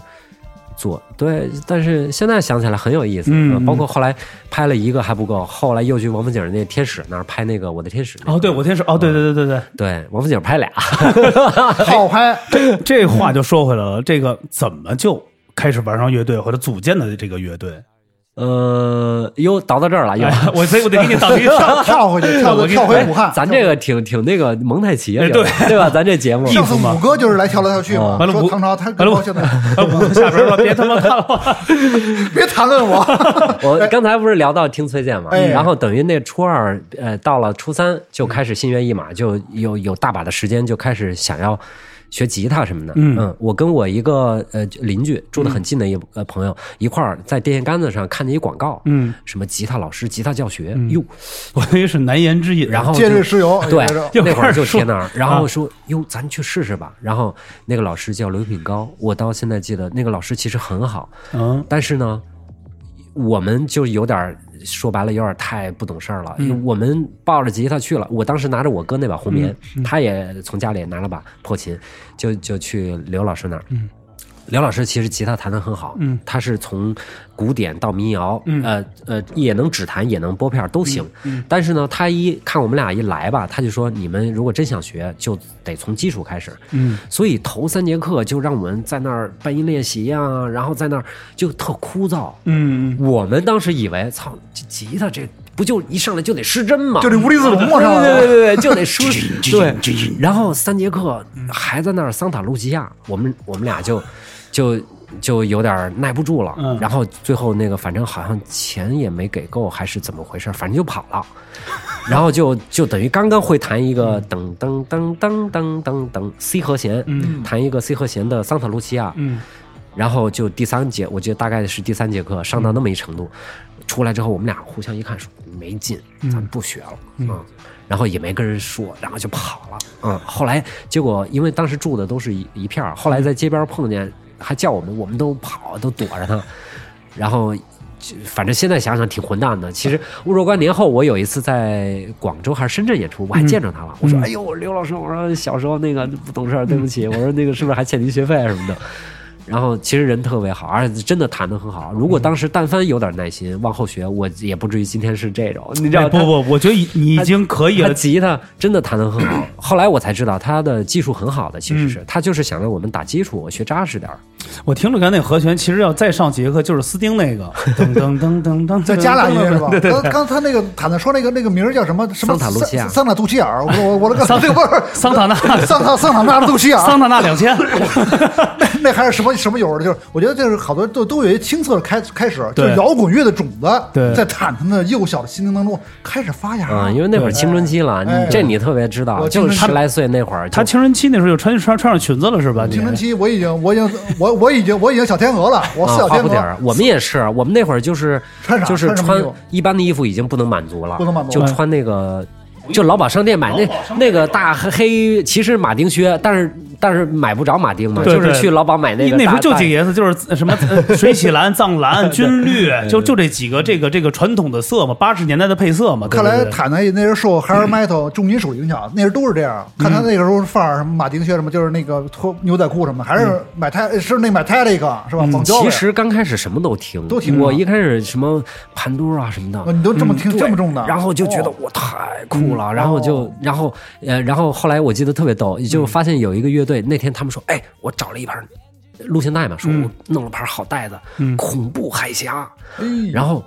[SPEAKER 3] 做。对，但是现在想起来很有意思，
[SPEAKER 1] 嗯
[SPEAKER 3] 呃包括后来拍了一个还不够，后来又去王府井那天使那儿拍那个我的天使那个。
[SPEAKER 1] 哦，对，我天是哦，对对对对对，
[SPEAKER 3] 对，王府井拍俩，哎
[SPEAKER 2] 好嗯 拍。
[SPEAKER 1] 这这话就说回来了，这个怎么就开始玩上乐队或者组建的这个乐队？
[SPEAKER 3] 呃，哟，倒到这儿了，又。
[SPEAKER 1] 哎， 我所以我得给你倒一 上
[SPEAKER 2] 跳回去，跳
[SPEAKER 1] 我跟你
[SPEAKER 2] 跳回
[SPEAKER 3] 哎
[SPEAKER 2] 武汉。
[SPEAKER 3] 咱这个挺挺那个蒙太奇啊，
[SPEAKER 1] 哎
[SPEAKER 3] 这个
[SPEAKER 1] 对
[SPEAKER 3] 对吧？咱 这节目
[SPEAKER 1] 一
[SPEAKER 2] 上次
[SPEAKER 1] 衣服嘛
[SPEAKER 2] 五哥就是来跳来跳去嘛，
[SPEAKER 1] 完了
[SPEAKER 2] 说
[SPEAKER 1] 五
[SPEAKER 2] 唐朝他
[SPEAKER 1] 完了
[SPEAKER 2] 高兴的，
[SPEAKER 1] 啊， 我下边了，别他妈看了。
[SPEAKER 2] 别谈论 我。
[SPEAKER 3] 我刚才不是聊到听崔健嘛，
[SPEAKER 2] 哎
[SPEAKER 3] 然后等于那初二，呃，到了初三就开始心猿意马，
[SPEAKER 1] 嗯
[SPEAKER 3] 就有有大把的时间，就开始想要学吉他什么的。
[SPEAKER 1] 嗯
[SPEAKER 3] 我跟我一个呃邻居住得很近的一呃朋友一块儿在电线杆子上看见一广告，
[SPEAKER 1] 嗯，
[SPEAKER 3] 什么吉他老师、吉他教学，哟、
[SPEAKER 1] 我以为是难言之隐，
[SPEAKER 3] 然后
[SPEAKER 2] 借
[SPEAKER 3] 就
[SPEAKER 2] 瑞石油，
[SPEAKER 3] 哦对
[SPEAKER 2] 也 是，
[SPEAKER 1] 又
[SPEAKER 3] 那会
[SPEAKER 1] 开
[SPEAKER 3] 儿
[SPEAKER 1] 始
[SPEAKER 3] 就
[SPEAKER 1] 说啊
[SPEAKER 3] 贴那儿，然后说哟，咱去试试吧。然后那个老师叫刘品高，我到现在记得那个老师其实很好，
[SPEAKER 1] 嗯，
[SPEAKER 3] 但是呢，我们就有点儿说白了，有点儿太不懂事儿了。因为我们抱着吉他去了，我当时拿着我哥那把红棉，他也从家里拿了把破琴，就就去刘老师那儿。刘老师其实吉他弹得很好，
[SPEAKER 1] 嗯
[SPEAKER 3] 他是从古典到民谣，
[SPEAKER 1] 嗯
[SPEAKER 3] 呃呃，也能指弹，也能拨片儿都行。但是呢，他一看我们俩一来吧，他就说：“你们如果真想学，就得从基础开始。”
[SPEAKER 1] 嗯，
[SPEAKER 3] 所以头三节课就让我们在那儿半音练习呀、然后在那儿就特枯燥。
[SPEAKER 1] 嗯，
[SPEAKER 3] 我们当时以为，操，这吉他这不就一上来就得失真吗？
[SPEAKER 2] 就这无地自容嘛，
[SPEAKER 3] 对
[SPEAKER 2] 上
[SPEAKER 3] 对对
[SPEAKER 2] 来。
[SPEAKER 3] 对对， 就得输对。然后三节课还在那儿桑塔露西亚，我们我们俩就就就有点耐不住了。
[SPEAKER 1] 嗯
[SPEAKER 3] 然后最后那个反正好像钱也没给够，还是怎么回事，反正就跑了。 然后就就等于刚刚会弹一个噔噔噔噔噔噔噔 C 和弦，
[SPEAKER 1] 嗯
[SPEAKER 3] 弹一个 C 和弦的桑塔露西亚，
[SPEAKER 1] 嗯，
[SPEAKER 3] 然后就第三节，我记得大概是第三节课上到那么一程度，出来之后我们俩互相一看说没劲，咱不学了啊、嗯然后也没跟人说，然后就跑了嗯。后来结果因为当时住的都是一一片儿，后来在街边碰见还叫我们，我们都跑都躲着他，然后。就反正现在想想挺混蛋的。其实若干年后，我有一次在广州还是深圳演出，我还见着他
[SPEAKER 1] 嗯
[SPEAKER 3] 了。我说：“哎呦，刘老师，我说小时候那个不懂事儿，对不起。我说那个是不是还欠您学费啊什 么的？”然后其实人特别好，而且真的弹得很好。
[SPEAKER 1] 嗯
[SPEAKER 3] 如果当时但凡有点耐心，往后学，我也不至于今天是这种。你知道
[SPEAKER 1] 哎不
[SPEAKER 3] 他，
[SPEAKER 1] 不，我觉得已你已经可以
[SPEAKER 3] 他
[SPEAKER 1] 了。
[SPEAKER 3] 吉他真的弹得很好。后来我才知道他的技术很好的，其实
[SPEAKER 1] 嗯
[SPEAKER 3] 是、他就是想让我们打基础，学扎实点儿。
[SPEAKER 1] 我听着刚才那和弦，其实要再上几节课就是斯丁那 个噔噔噔噔噔，
[SPEAKER 2] 再加俩音乐 是吧？
[SPEAKER 1] 对对
[SPEAKER 2] 刚刚他那个坦坦说那个那个名儿叫什么什么
[SPEAKER 3] 桑塔露西亚
[SPEAKER 2] 桑塔杜西尔，我我我刚才 那个不是
[SPEAKER 1] 桑塔纳
[SPEAKER 2] 桑塔桑塔纳的杜西 尔
[SPEAKER 1] 桑， 塔纳两千，
[SPEAKER 2] 那 那还是什么什么油的？就是我觉得这是好多都都有一清澈的开开始，就
[SPEAKER 1] 对
[SPEAKER 2] 是摇滚乐的种子
[SPEAKER 1] 对
[SPEAKER 2] 在坦坦的幼小的心灵当中开始发芽
[SPEAKER 3] 啊、因为那会儿青春期了，
[SPEAKER 2] 哎
[SPEAKER 3] 你这你特别知道，
[SPEAKER 2] 我青
[SPEAKER 3] 就
[SPEAKER 2] 春期
[SPEAKER 3] 十来岁那会儿就，啊
[SPEAKER 1] 他青春期那时候就穿穿穿上裙子了是吧？你
[SPEAKER 2] 青春期我已经我已经我我已经我已经小天鹅了，我
[SPEAKER 3] 啊
[SPEAKER 2] 是小
[SPEAKER 3] 花
[SPEAKER 2] 天
[SPEAKER 3] 不点儿
[SPEAKER 2] 鹅，，
[SPEAKER 3] 我们也是，我们那会儿就是
[SPEAKER 2] 穿啥
[SPEAKER 3] 就是
[SPEAKER 2] 穿什么
[SPEAKER 3] 穿
[SPEAKER 2] 衣服
[SPEAKER 3] 一般的衣服已经不能满足了，
[SPEAKER 2] 不能满足
[SPEAKER 3] 就
[SPEAKER 2] 了
[SPEAKER 3] 穿那个就劳保商店买那那个大黑，其实马丁靴，但是但是买不着马丁嘛，
[SPEAKER 1] 对
[SPEAKER 3] 就是
[SPEAKER 1] 对
[SPEAKER 3] 去劳保买那个
[SPEAKER 1] 那时
[SPEAKER 3] 大。
[SPEAKER 1] 候就
[SPEAKER 3] 大
[SPEAKER 1] 几个颜色，就是什么呃水洗蓝、藏 蓝、军绿，就就这几个这个这个传统的色嘛，八十年代的配色嘛。对
[SPEAKER 2] 看
[SPEAKER 1] 对
[SPEAKER 2] 来
[SPEAKER 1] 对
[SPEAKER 2] 坦奈那时候受 hair metal 重金属影响，那时候都是这样。
[SPEAKER 3] 嗯
[SPEAKER 2] 看他那个时候范儿，什么马丁靴什么，就是那个脱牛仔裤什么，还是买泰是那买泰 a 个是吧？绑胶
[SPEAKER 3] 嗯其
[SPEAKER 2] 的
[SPEAKER 3] 实刚开始什么都听，
[SPEAKER 2] 都听啊
[SPEAKER 3] 我一开始什么潘多啊什么的
[SPEAKER 2] 哦，你都这么听
[SPEAKER 3] 对
[SPEAKER 2] 这么重的，
[SPEAKER 3] 然后就觉得
[SPEAKER 2] 哦
[SPEAKER 3] 我太酷了，然后就然后呃，然后后来我记得特别逗，就发现有一个乐队，那天他们说，哎，我找了一盘录像带嘛，说我弄了盘好带子，恐怖海峡，然后。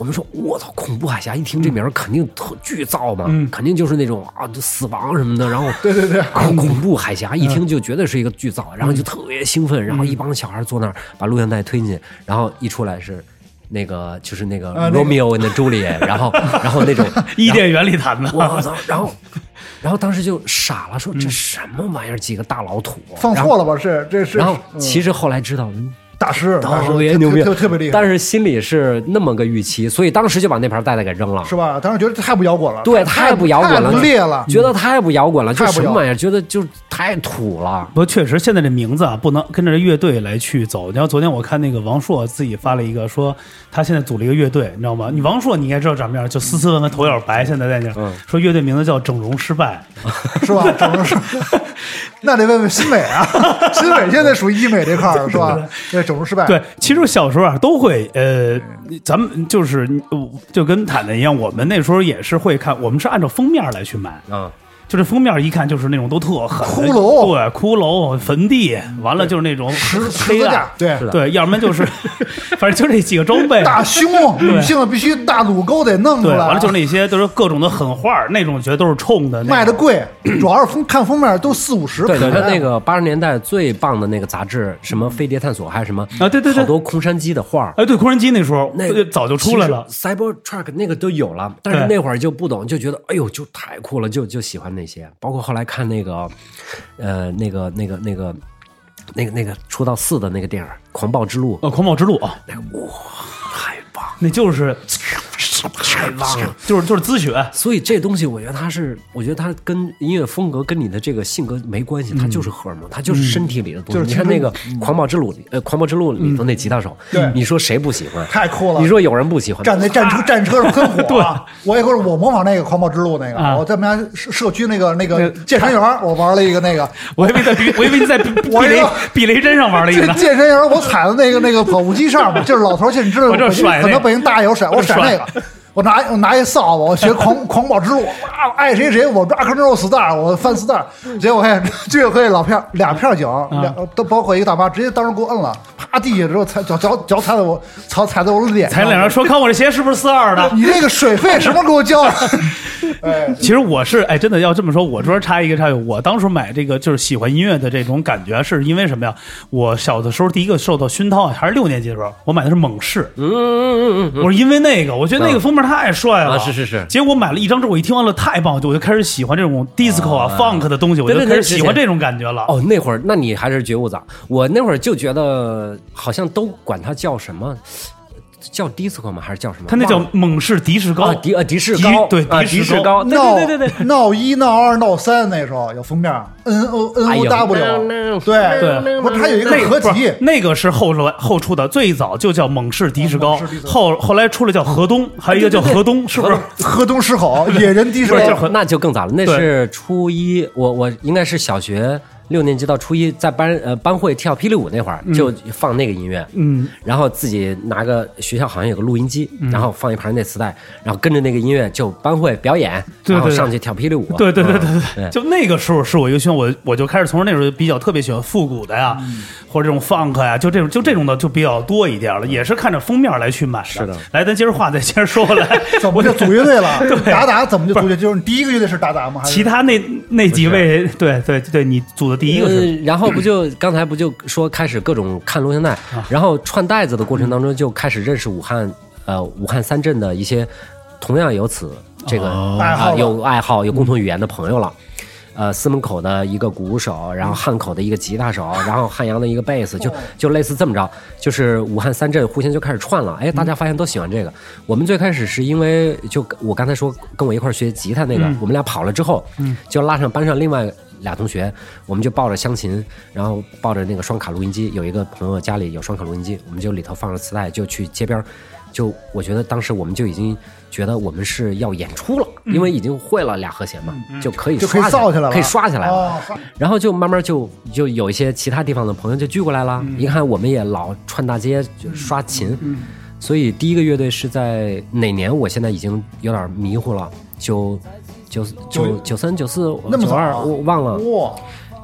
[SPEAKER 3] 我们说，我操！恐怖海峡一听这名儿，肯定特巨燥嘛，肯定就是那种啊，就死亡什么的。然后对对对，恐怖海峡一听就绝对是一个巨燥，然后就特别兴奋，然后一帮小孩坐那儿把录像带推进去，然后一出来是那个就是那个
[SPEAKER 2] 啊那个
[SPEAKER 3] Romeo and Juliet，然后然后那种
[SPEAKER 1] 伊甸园里谈 的，
[SPEAKER 3] 我操，然后，然后当时就傻了，说
[SPEAKER 1] 嗯
[SPEAKER 3] 这什么玩意儿？几个大老土啊
[SPEAKER 2] 放错。了吧？是这是
[SPEAKER 3] 然后，然后
[SPEAKER 2] 嗯
[SPEAKER 3] 其实后来知道，嗯
[SPEAKER 2] 大师大师
[SPEAKER 3] 特别牛逼，
[SPEAKER 2] 特特特别厉害
[SPEAKER 3] 但，是心里是那么个预期，所以当时就把那盘带带给扔了。
[SPEAKER 2] 是吧？当时觉得这太不摇滚了，
[SPEAKER 3] 对，
[SPEAKER 2] 太
[SPEAKER 3] 太不摇滚了，
[SPEAKER 2] 太不烈了。
[SPEAKER 3] 觉得太不摇滚了，
[SPEAKER 2] 嗯太
[SPEAKER 3] 就
[SPEAKER 2] 不
[SPEAKER 3] 什么
[SPEAKER 2] 摇
[SPEAKER 3] 玩意儿？觉得就太土了
[SPEAKER 1] 不。过确实，现在这名字啊，不能跟着乐队来去走。然后昨天我看那个王朔自己发了一个，说他现在组了一个乐队，你知道吗？你王朔你应该知道长什么样，就斯斯文文，头有点白，现在在那儿、
[SPEAKER 3] 嗯
[SPEAKER 1] 说乐队名字叫整容失败。
[SPEAKER 2] 是吧？整容是， 那得问问新美啊，新美现在属于医美这块儿了，是吧？对，整容失败。
[SPEAKER 1] 对，其实小时候啊都会，呃，咱们就是呃就跟坦坦一样，我们那时候也是会看，我们是按照封面来去买，
[SPEAKER 3] 嗯，
[SPEAKER 1] 就是封面一看就是那种都特狠的，
[SPEAKER 2] 骷髅
[SPEAKER 1] 对，骷髅、坟地，完了就是那种
[SPEAKER 2] 十十
[SPEAKER 1] 黑
[SPEAKER 2] 字
[SPEAKER 1] 暗
[SPEAKER 2] 架，，对，
[SPEAKER 3] 是的
[SPEAKER 1] 对，要不然就是，反正就这几个装备，
[SPEAKER 2] 大胸，女性的必须大乳沟得弄出
[SPEAKER 1] 对，
[SPEAKER 2] 来啊，
[SPEAKER 1] 完了就是那些都是各种的狠话儿，那种觉得都是冲的，那种
[SPEAKER 2] 卖的贵， 主要是封看封面都四五十，
[SPEAKER 3] 对，你
[SPEAKER 2] 可
[SPEAKER 3] 看
[SPEAKER 2] 能
[SPEAKER 3] 那个八十年代最棒的那个杂志，什么《飞碟探索》还是什么
[SPEAKER 1] 啊对对对
[SPEAKER 3] 好多空山鸡的画儿
[SPEAKER 1] 哎，对，无人机那时候
[SPEAKER 3] 那
[SPEAKER 1] 呃早就出来了，
[SPEAKER 3] ，Cybertruck 那个都有了，但是
[SPEAKER 1] 对
[SPEAKER 3] 那会儿就不懂，就觉得哎呦，就太酷了，就就喜欢那些。包括后来看那个，呃，那个那个那个那个那个出道四的那个电影《狂暴之路》，
[SPEAKER 1] 呃，狂暴之路啊，
[SPEAKER 3] 那个哇，太棒，
[SPEAKER 1] 那就是
[SPEAKER 3] 太棒了！
[SPEAKER 1] 就是就是滋血，
[SPEAKER 3] 所以这东西，我觉得它是，我觉得它跟音乐风格跟你的这个性格没关系，它就是荷尔蒙，它就是身体里的东
[SPEAKER 2] 嗯就
[SPEAKER 3] 西。
[SPEAKER 2] 是
[SPEAKER 3] 你看
[SPEAKER 2] 青
[SPEAKER 3] 那个《狂暴之路》里，呃，《狂暴之路》里头那吉他手，
[SPEAKER 2] 嗯对
[SPEAKER 3] 你说谁不喜欢？
[SPEAKER 2] 太酷了
[SPEAKER 3] 你。说有人不喜欢吗？
[SPEAKER 2] 站在战车战车上喷火啊，我也会我模仿那个狂暴之路那
[SPEAKER 1] 啊
[SPEAKER 2] 个，我在我们家社社区那个那
[SPEAKER 1] 那
[SPEAKER 2] 个健身园，我玩了一个那个
[SPEAKER 1] 我以为在避，我以为你在避避
[SPEAKER 2] 我以为
[SPEAKER 1] 雷避雷针上玩了一个
[SPEAKER 2] 健
[SPEAKER 1] 呢。
[SPEAKER 2] 健身园，我踩的那个那个跑步机上面，就是老头儿，其实你知道
[SPEAKER 1] 我这
[SPEAKER 2] 北京
[SPEAKER 1] 甩那个
[SPEAKER 2] 很多北京大爷有甩，我甩那个。我拿我拿一扫把，我学狂狂暴之路，哇，爱谁谁，我抓 control star，我翻 star，结果看居委会老片儿俩片儿警，
[SPEAKER 1] 嗯
[SPEAKER 2] 两都包括一个大妈，直接当时给我摁了，啪地下之后踩脚脚脚踩在我脚踩在我脸上，
[SPEAKER 1] 才两人说看我这鞋是不是四二的？
[SPEAKER 2] 你这个水费什么时候给我交？ 哎，
[SPEAKER 1] 其实我是哎，真的要这么说，我这边插一个插一个，我当时买这个就是喜欢音乐的这种感觉，是因为什么呀？我小的时候第一个受到熏陶啊，还是六年级的时候，我买的是猛士，
[SPEAKER 3] 嗯嗯嗯嗯
[SPEAKER 1] 我是因为那个，我觉得那个封面太帅了，
[SPEAKER 3] 啊是是是
[SPEAKER 1] 结果买了一张之后，我一听完了太棒，我就我就开始喜欢这种 disco 啊、funk 的东西，我就
[SPEAKER 3] 对对
[SPEAKER 1] 开
[SPEAKER 3] 对
[SPEAKER 1] 始喜欢这种感觉了。
[SPEAKER 3] 哦，那会儿，那你还是觉悟早。我那会儿就觉得，好像都管它叫什么，叫 disco 吗？还是叫什么？
[SPEAKER 1] 他那叫
[SPEAKER 3] 忘了
[SPEAKER 1] 猛士迪士高，
[SPEAKER 3] 啊迪啊迪士高，
[SPEAKER 1] 迪
[SPEAKER 3] 啊
[SPEAKER 1] 对
[SPEAKER 3] 迪
[SPEAKER 1] 士
[SPEAKER 3] 士高，对
[SPEAKER 2] 闹
[SPEAKER 3] 对对对对。
[SPEAKER 2] 闹一闹二闹三那时候有封面，N O N
[SPEAKER 3] 哎
[SPEAKER 2] O
[SPEAKER 3] 呦
[SPEAKER 2] W，对
[SPEAKER 1] 对
[SPEAKER 2] 不是还有一个
[SPEAKER 1] 那个
[SPEAKER 2] 合
[SPEAKER 1] 不
[SPEAKER 2] 集
[SPEAKER 1] 是。那个是后来后出的，最早就叫猛士迪士高，
[SPEAKER 3] 哦
[SPEAKER 2] 猛士迪士高
[SPEAKER 1] 后后来出了叫河东，还
[SPEAKER 3] 啊
[SPEAKER 1] 有一个叫河东，是不是？
[SPEAKER 2] 河东狮 吼，野人低
[SPEAKER 1] 不
[SPEAKER 2] 声
[SPEAKER 1] 是，就是很
[SPEAKER 3] 那就更早了，那是初一，我我应该是小学六年级到初一，在班呃班会跳霹雳舞那会儿就放那个音乐，
[SPEAKER 1] 嗯，
[SPEAKER 3] 然后自己拿个学校好像有个录音机，然后放一盘那磁带，然后跟着那个音乐就班会表演，
[SPEAKER 1] 对对
[SPEAKER 3] 然后
[SPEAKER 1] 对
[SPEAKER 3] 上去跳霹雳舞，
[SPEAKER 1] 对对对对
[SPEAKER 3] 嗯
[SPEAKER 1] 对，就那个时候是我一个圈，我我就开始从那时候就比较特别喜欢复古的呀，
[SPEAKER 3] 嗯
[SPEAKER 1] 或者这种 funk 呀，就这种就这种的就比较多一点了，也是看着封面来去买的。
[SPEAKER 3] 嗯是的
[SPEAKER 1] 来，咱接着话再 接着说回 来，
[SPEAKER 2] 怎么
[SPEAKER 1] 我
[SPEAKER 2] 就
[SPEAKER 1] 就
[SPEAKER 2] 组乐队了？
[SPEAKER 1] 对
[SPEAKER 2] 达达怎么就组乐队？就是你第一个乐队是达达吗？还是
[SPEAKER 1] 其他那那几位，对对对，你组的第一个是。
[SPEAKER 3] 呃然后不就刚才不就说开始各种看录像带，
[SPEAKER 1] 啊
[SPEAKER 3] 然后串带子的过程当中就开始认识武汉，呃，武汉三镇的一些同样有此这个
[SPEAKER 1] 哦
[SPEAKER 2] 爱好
[SPEAKER 3] 啊
[SPEAKER 2] 了
[SPEAKER 3] 有爱好有共同语言的朋友了。呃司门口的一个鼓手，然后汉口的一个吉他手，然后汉阳的一个贝斯，就就类似这么着，就是武汉三镇互相就开始串了。哎，大家发现都喜欢这个。我们最开始是因为就我刚才说跟我一块儿学吉他那个，我们俩跑了之后，就拉上班上另外。俩同学，我们就抱着湘琴，然后抱着那个双卡录音机。有一个朋友家里有双卡录音机，我们就里头放着磁带，就去街边儿。就我觉得当时我们就已经觉得我们是要演出了，因为已经会了俩和弦嘛，就可以
[SPEAKER 2] 就可以
[SPEAKER 3] 刷
[SPEAKER 2] 造起来了
[SPEAKER 3] 可以刷起来了。
[SPEAKER 2] 哦，
[SPEAKER 3] 然后就慢慢就就有一些其他地方的朋友就聚过来
[SPEAKER 2] 嗯
[SPEAKER 3] 了，一看我们也老串大街就刷琴，所以第一个乐队是在哪年？我现在已经有点迷糊了，九九九九三九四
[SPEAKER 2] 那么
[SPEAKER 3] 九
[SPEAKER 2] 早
[SPEAKER 3] 二，
[SPEAKER 2] 啊
[SPEAKER 3] 我忘了。
[SPEAKER 2] 哇，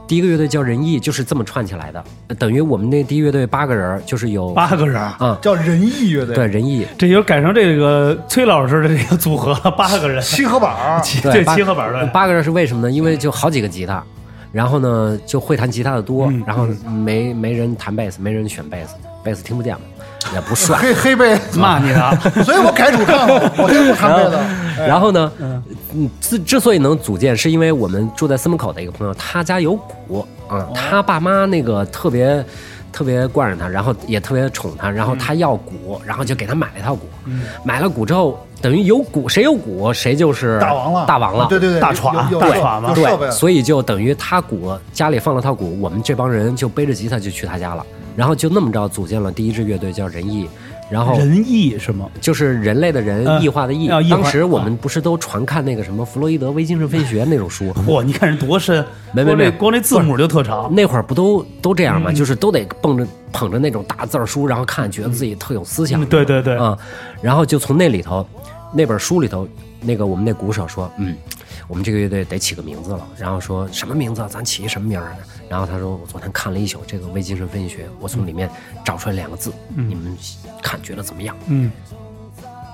[SPEAKER 3] 第一个乐队叫仁义，就是这么串起来的，等于我们那第一乐队八个人儿，就是有
[SPEAKER 1] 八个人，
[SPEAKER 3] 嗯，
[SPEAKER 2] 叫仁义乐队，
[SPEAKER 3] 对仁义，
[SPEAKER 1] 这就改成这个崔老师的这个组合了，八个人，
[SPEAKER 2] 七合板儿，
[SPEAKER 3] 对
[SPEAKER 1] 这
[SPEAKER 3] 八嗯
[SPEAKER 1] 七合板的。
[SPEAKER 3] 八个人是为什么呢？因为就好几个吉他，然后呢就会弹吉他的多，然后没没人弹贝斯，没人选贝斯，贝斯听不见嘛，也不帅。
[SPEAKER 2] 黑黑 贝，
[SPEAKER 1] 骂你啊呢？
[SPEAKER 2] 所以我改主唱了，我就是弹贝
[SPEAKER 3] 然后
[SPEAKER 2] 的。，
[SPEAKER 3] 然后呢，嗯，之之所以能组建，是因为我们住在司门口的一个朋友，他家有鼓啊，他爸妈那个特别特别惯着他，然后也特别宠他，然后他要鼓，然后就给他买了一套鼓，买了鼓之后，等于有鼓，谁有鼓谁就是
[SPEAKER 2] 大王了，啊
[SPEAKER 3] 大啊王了，
[SPEAKER 2] 对对对，
[SPEAKER 1] 大耍
[SPEAKER 2] 有有
[SPEAKER 1] 大
[SPEAKER 2] 有
[SPEAKER 1] 耍嘛
[SPEAKER 2] 有设备
[SPEAKER 3] 对，
[SPEAKER 2] 了，
[SPEAKER 3] 所以就等于他鼓家里放了套鼓，我们这帮人就背着吉他就去他家了，然后就那么着组建了第一支乐队叫仁义，然后
[SPEAKER 1] 仁义是吗？
[SPEAKER 3] 就是人类的人
[SPEAKER 1] 嗯
[SPEAKER 3] 异化的异
[SPEAKER 1] 啊异。化
[SPEAKER 3] 当时我们不是都传看那个什么弗洛伊德微精神分学那种书，
[SPEAKER 1] 哇，你看人多深，
[SPEAKER 3] 没没
[SPEAKER 1] 光
[SPEAKER 3] 没
[SPEAKER 1] 这光这字母就特长。
[SPEAKER 3] 那会儿不都都这样
[SPEAKER 1] 嗯
[SPEAKER 3] 吗？就是都得蹦着捧着那种大字儿书，然后看，觉得自己特有思想。
[SPEAKER 1] 嗯对对对
[SPEAKER 3] 啊、然后就从那里头，那本书里头，那个我们那鼓手说，嗯，我们这个乐队得起个名字了。然后说什么名字啊？咱起一什么名儿呢？然后他说，我昨天看了一宿这个微精神分学，我从里面找出来两个字，你们看觉得怎么样？
[SPEAKER 1] 嗯，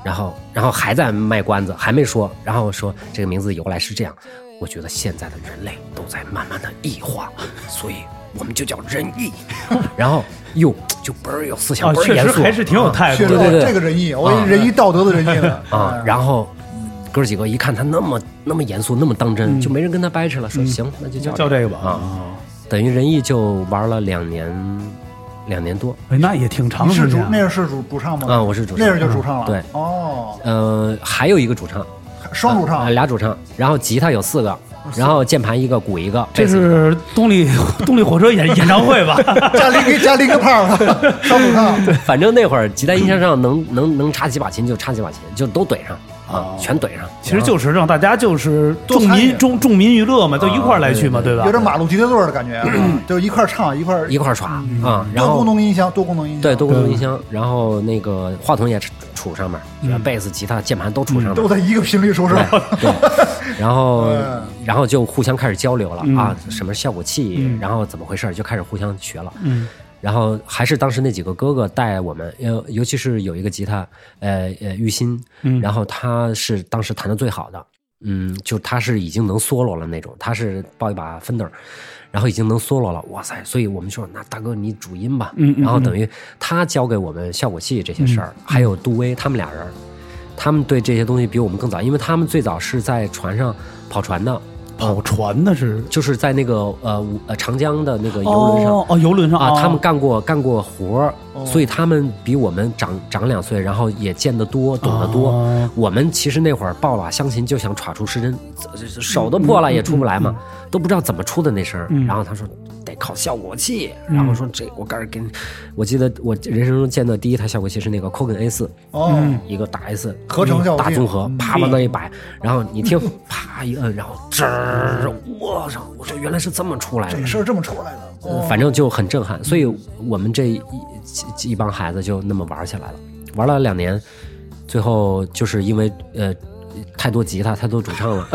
[SPEAKER 3] 然后然后还在卖关子，还没说。然后说这个名字由来是这样，我觉得现在的人类都在慢慢的异化，所以我们就叫仁义。 然后哟，就倍儿有思
[SPEAKER 1] 啊
[SPEAKER 3] 想，，倍儿
[SPEAKER 1] 确
[SPEAKER 3] 严
[SPEAKER 1] 实
[SPEAKER 3] 肃啊
[SPEAKER 1] 还是挺有态度
[SPEAKER 2] 确
[SPEAKER 1] 的
[SPEAKER 2] 实。
[SPEAKER 3] 对对对
[SPEAKER 2] 这个仁义，我
[SPEAKER 3] 啊
[SPEAKER 2] 仁义道德的仁义呢。
[SPEAKER 1] 嗯
[SPEAKER 3] 啊。然后哥几个一看他那么那么严肃，那么当真，就没人跟他掰扯了，说行，那就叫
[SPEAKER 1] 嗯叫这个吧哦
[SPEAKER 3] 啊。等于仁义就玩了两年，两年多。
[SPEAKER 1] 哎，那也挺长
[SPEAKER 2] 你是
[SPEAKER 1] 时
[SPEAKER 2] 主
[SPEAKER 1] 间，
[SPEAKER 2] 那是是主主唱吗？
[SPEAKER 3] 啊嗯我是主唱
[SPEAKER 2] 那是就主唱了。
[SPEAKER 3] 对
[SPEAKER 2] 哦，
[SPEAKER 3] 呃，还有一个主唱，
[SPEAKER 2] 双主
[SPEAKER 1] 啊
[SPEAKER 2] 唱
[SPEAKER 3] 呃，俩主唱，然后吉他有四个，然后键盘一个，鼓一个，
[SPEAKER 1] 哦这
[SPEAKER 3] 贝斯一个
[SPEAKER 1] 是动力动力火车演演唱会吧？
[SPEAKER 2] 加了一个加了一个胖 了，双主唱。
[SPEAKER 3] 反正那会儿吉他音箱上能 能能插几把琴就插几把琴，就都怼上啊，全怼上。
[SPEAKER 1] 哦其实就是让大家就是
[SPEAKER 2] 多
[SPEAKER 1] 众
[SPEAKER 2] 参与
[SPEAKER 1] 民众众民娱乐嘛，就一块儿来去嘛，对吧
[SPEAKER 2] 有？点马路吉他队儿的感觉 啊，就是一块儿唱一块儿
[SPEAKER 3] 一块儿耍
[SPEAKER 1] 嗯
[SPEAKER 3] 啊，然
[SPEAKER 2] 多功
[SPEAKER 3] 后
[SPEAKER 2] 能音箱，多功能音箱，
[SPEAKER 3] 对多功能音箱，然后那个话筒也杵杵上面，
[SPEAKER 1] 嗯
[SPEAKER 3] 贝斯、吉他、键盘都杵上
[SPEAKER 2] 都
[SPEAKER 3] 面。
[SPEAKER 2] 在一个频率收视。
[SPEAKER 3] 对，然后
[SPEAKER 2] 嗯
[SPEAKER 3] 然后就互相开始交流了啊，什么效果器，然后怎么回事儿，就开始互相学了。
[SPEAKER 1] 嗯，
[SPEAKER 3] 然后还是当时那几个哥哥带我们，尤尤其是有一个吉他，呃呃，玉鑫，
[SPEAKER 1] 嗯
[SPEAKER 3] 然后他是当时弹的最好的，嗯，就他是已经能 solo 了那种，他是抱一把 Fender，然后已经能 solo 了，哇塞！所以我们说，那大哥你主音吧，
[SPEAKER 1] 嗯嗯
[SPEAKER 3] 然后等于他教给我们效果器这些事儿，还有杜威他们俩人，他们对这些东西比我们更早，因为他们最早是在船上跑船的，
[SPEAKER 1] 跑船的是
[SPEAKER 3] 就是在那个呃五呃长江的那个游轮上。
[SPEAKER 1] 哦哦，游轮上
[SPEAKER 3] 啊，
[SPEAKER 1] 哦
[SPEAKER 3] 他们干过干过活儿，
[SPEAKER 2] 哦
[SPEAKER 3] 所以他们比我们长长两岁，然后也见得多，懂得多。
[SPEAKER 1] 哦
[SPEAKER 3] 我们其实那会儿抱把湘琴就想歘出失真，手都破
[SPEAKER 2] 嗯
[SPEAKER 3] 了也出不来嘛，都不知道怎么出的那声儿。然后他说得靠效果器，
[SPEAKER 2] 嗯
[SPEAKER 3] 然后说这我告诉给你，我记得我人生中见的第一台效果器是那个 Kogan A 四，
[SPEAKER 2] 哦，
[SPEAKER 1] 嗯
[SPEAKER 3] 一个大 S
[SPEAKER 2] 合成效果器
[SPEAKER 3] 大综合
[SPEAKER 2] 嗯，
[SPEAKER 3] 啪往那一摆，然后你听 啪一摁，然后吱儿，我操！我说原来是这么出来的
[SPEAKER 2] 这。事儿这么出来的，哦
[SPEAKER 3] 呃反正就很震撼。所以我们这一一一帮孩子就那么玩起来了，玩了两年，最后就是因为呃太多吉他，太多主 唱了，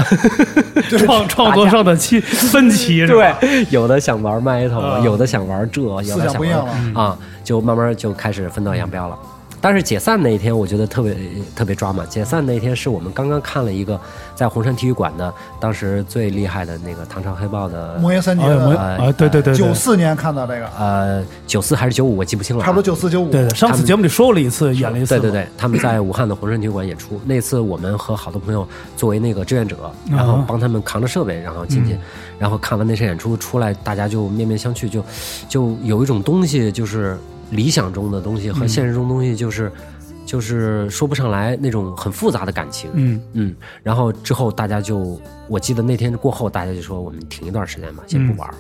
[SPEAKER 1] 创创作上的期分歧是吧？
[SPEAKER 3] 对，有的想玩 metal，有的想玩这，有
[SPEAKER 2] 嗯思
[SPEAKER 3] 的
[SPEAKER 2] 想
[SPEAKER 3] 想
[SPEAKER 2] 不一样
[SPEAKER 3] 玩啊，就慢慢就开始分道扬镳了。但是解散那一天，我觉得特别特别抓马。解散那一天是我们刚刚看了一个在红山体育馆的，当时最厉害的那个唐朝黑豹的，
[SPEAKER 2] 魔岩三杰
[SPEAKER 1] 哎我
[SPEAKER 2] 的，
[SPEAKER 1] 啊，对对对，对
[SPEAKER 2] 九四年看到这个，
[SPEAKER 3] 呃，九四还是九五，我记不清了啊，
[SPEAKER 2] 差不多九四九五。
[SPEAKER 1] 对对，上次节目里说了一次，演了一次，
[SPEAKER 3] 对对，对，他们在武汉的红山体育馆演出。那次我们和好多朋友作为那个志愿者，
[SPEAKER 1] 嗯
[SPEAKER 3] 然后帮他们扛着设备，然后进去，然后看完那场演出出来，大家就面面相觑，就就有一种东西，就是理想中的东西
[SPEAKER 1] 嗯
[SPEAKER 3] 和现实中的东西，就是、就是说不上来那种很复杂的感情。
[SPEAKER 1] 嗯
[SPEAKER 3] 嗯，然后之后大家就，我记得那天过后，大家就说我们停一段时间吧，先
[SPEAKER 1] 嗯
[SPEAKER 3] 不玩了。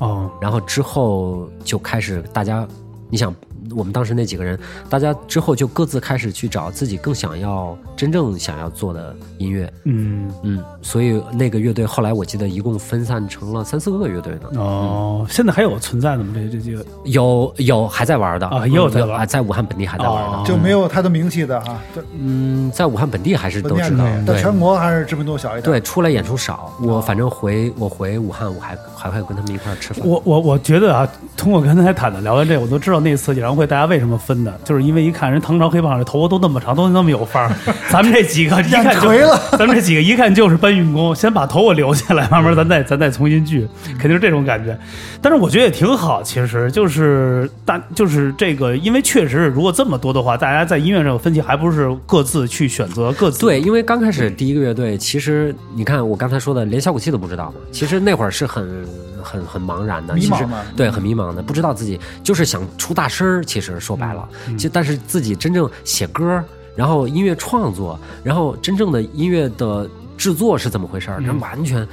[SPEAKER 1] 哦，
[SPEAKER 3] 然后之后就开始大家，你想，我们当时那几个人，大家之后就各自开始去找自己更想要、真正想要做的音乐。
[SPEAKER 1] 嗯
[SPEAKER 3] 嗯，所以那个乐队后来我记得一共分散成了三四个乐队呢，
[SPEAKER 1] 哦，现在还有存在的吗？这这几个
[SPEAKER 3] 有有还在玩的
[SPEAKER 1] 啊也有在玩
[SPEAKER 3] 啊，在武汉本地还在玩的。
[SPEAKER 1] 哦
[SPEAKER 2] 就没有太多名气的啊，对
[SPEAKER 3] 嗯，在武汉本地还是都知道，
[SPEAKER 2] 但
[SPEAKER 3] 对
[SPEAKER 2] 全国还是知名度小一点。
[SPEAKER 3] 对，出来演出少。
[SPEAKER 1] 哦
[SPEAKER 3] 我反正回我回武汉，我还还会跟他们一块儿吃饭。
[SPEAKER 1] 我我我觉得啊，通过刚才坦坦聊完这，我都知道那次演唱会大家为什么分的，就是因为一看人唐朝黑帮这头发都那么长，都那么有范儿，咱们这几个一看
[SPEAKER 2] 眼
[SPEAKER 1] 就
[SPEAKER 2] 垂了，
[SPEAKER 1] 咱们这几个一看就是搬运工，先把头发留下来，慢慢咱再咱再重新聚，肯定是这种感觉。但是我觉得也挺好，其实就是大就是这个，因为确实如果这么多的话，大家在音乐上有分歧，还不是各自去选择各自
[SPEAKER 3] 对，因为刚开始第一个乐队，其实你看我刚才说的，连小鼓器都不知道嘛。其实那会儿是很很很茫然的，
[SPEAKER 2] 迷茫
[SPEAKER 3] 其实
[SPEAKER 2] 嘛
[SPEAKER 3] 对，很迷茫的，不知道自己就是想出大声儿。其实说白了，
[SPEAKER 1] 嗯
[SPEAKER 3] 就但是自己真正写歌儿，然后音乐创作，然后真正的音乐的制作是怎么回事儿，
[SPEAKER 1] 嗯
[SPEAKER 3] 那、完全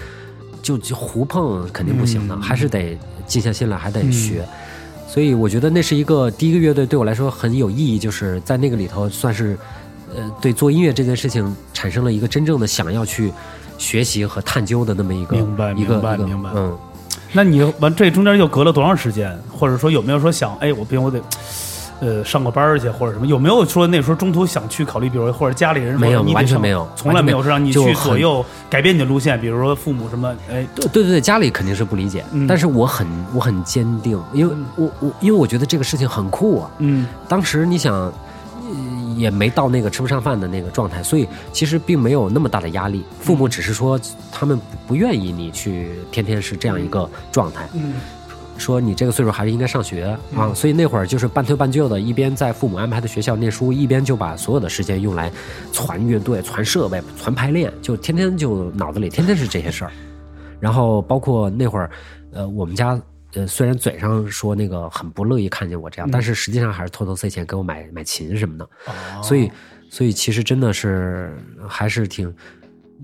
[SPEAKER 3] 就就胡碰肯定不行
[SPEAKER 1] 嗯
[SPEAKER 3] 的，还是得静下心来，还得学。所以我觉得那是一个第一个乐队对我来说很有意义，就是在那个里头算是，呃，对做音乐这件事情产生了一个真正的想要去学习和探究的那么一个
[SPEAKER 1] 明白
[SPEAKER 3] 一个
[SPEAKER 1] 明白
[SPEAKER 3] 一个
[SPEAKER 1] 明白
[SPEAKER 3] 嗯，
[SPEAKER 1] 那你完这中间又隔了多长时间？或者说有没有说想，哎，我不行，我得，呃，上个班儿去或者什么？有没有说那时候中途想去考虑，比如或者家里人说
[SPEAKER 3] 没有
[SPEAKER 1] 你得
[SPEAKER 3] 完全
[SPEAKER 1] 上
[SPEAKER 3] 没有
[SPEAKER 1] 从来没有说让你
[SPEAKER 3] 就
[SPEAKER 1] 去
[SPEAKER 3] 很
[SPEAKER 1] 左右改变你的路线，比如说父母什么，哎，
[SPEAKER 3] 对对对，家里肯定是不理解，
[SPEAKER 1] 嗯
[SPEAKER 3] 但是我很我很坚定，因为我我因为我觉得这个事情很酷啊，
[SPEAKER 1] 嗯
[SPEAKER 3] 当时你想，呃也没到那个吃不上饭的那个状态，所以其实并没有那么大的压力。父
[SPEAKER 1] 嗯
[SPEAKER 3] 母只是说他们不不愿意你去天天是这样一个状态，
[SPEAKER 1] 嗯
[SPEAKER 3] 说你这个岁数还是应该上学啊。所以那会儿就是半推半就的，一边在父母安排的学校念书，一边就把所有的时间用来攒乐队、攒设备、攒排练，就天天就脑子里天天是这些事儿。然后包括那会儿，呃，我们家呃虽然嘴上说那个很不乐意看见我这样，但是实际上还是偷偷塞钱给我买买琴什么的。所以，所以其实真的是还是挺。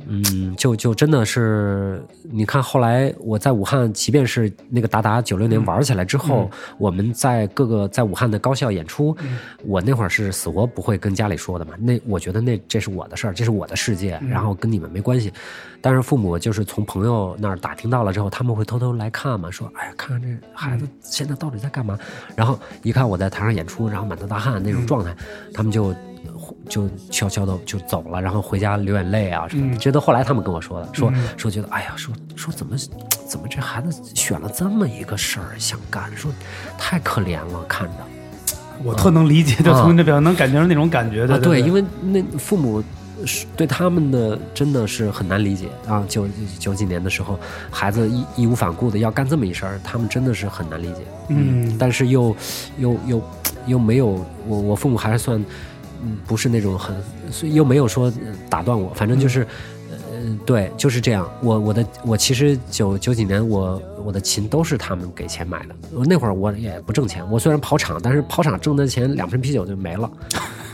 [SPEAKER 3] 嗯，就就真的是，你看后来我在武汉，即便是那个达达九六年玩起来之后，我们在各个在武汉的高校演出，我那会儿是死活不会跟家里说的嘛。那我觉得那这是我的事儿，这是我的世界，然后跟你们没关系。但是父母就是从朋友那儿打听到了之后，他们会偷偷来看嘛，说哎呀，看看这孩子现在到底在干嘛。然后一看我在台上演出，然后满头大汗那种状态，他们就就悄悄的就走了，然后回家流眼泪啊什么
[SPEAKER 1] 嗯
[SPEAKER 3] 的。这都后来他们跟我说的，说说觉得哎呀，说说怎么怎么这孩子选了这么一个事儿想干，说太可怜了，看着。
[SPEAKER 1] 我特能理解，就从你这表情能感觉到那种感觉，
[SPEAKER 3] 啊，
[SPEAKER 1] 啊对
[SPEAKER 3] 对，因为那父母是对他们的真的是很难理解啊。九九几年的时候，孩子义义无反顾的要干这么一事儿，他们真的是很难理解。
[SPEAKER 1] 嗯
[SPEAKER 3] 但是又又又又没有我，我父母还是算嗯不是那种很，所以又没有说呃打断我，反正就是。
[SPEAKER 1] 嗯
[SPEAKER 3] 呃，对，就是这样。我我的我其实九九几年我我的琴都是他们给钱买的。我那会儿我也不挣钱，我虽然跑场，但是跑场挣的钱两瓶啤酒就 没了。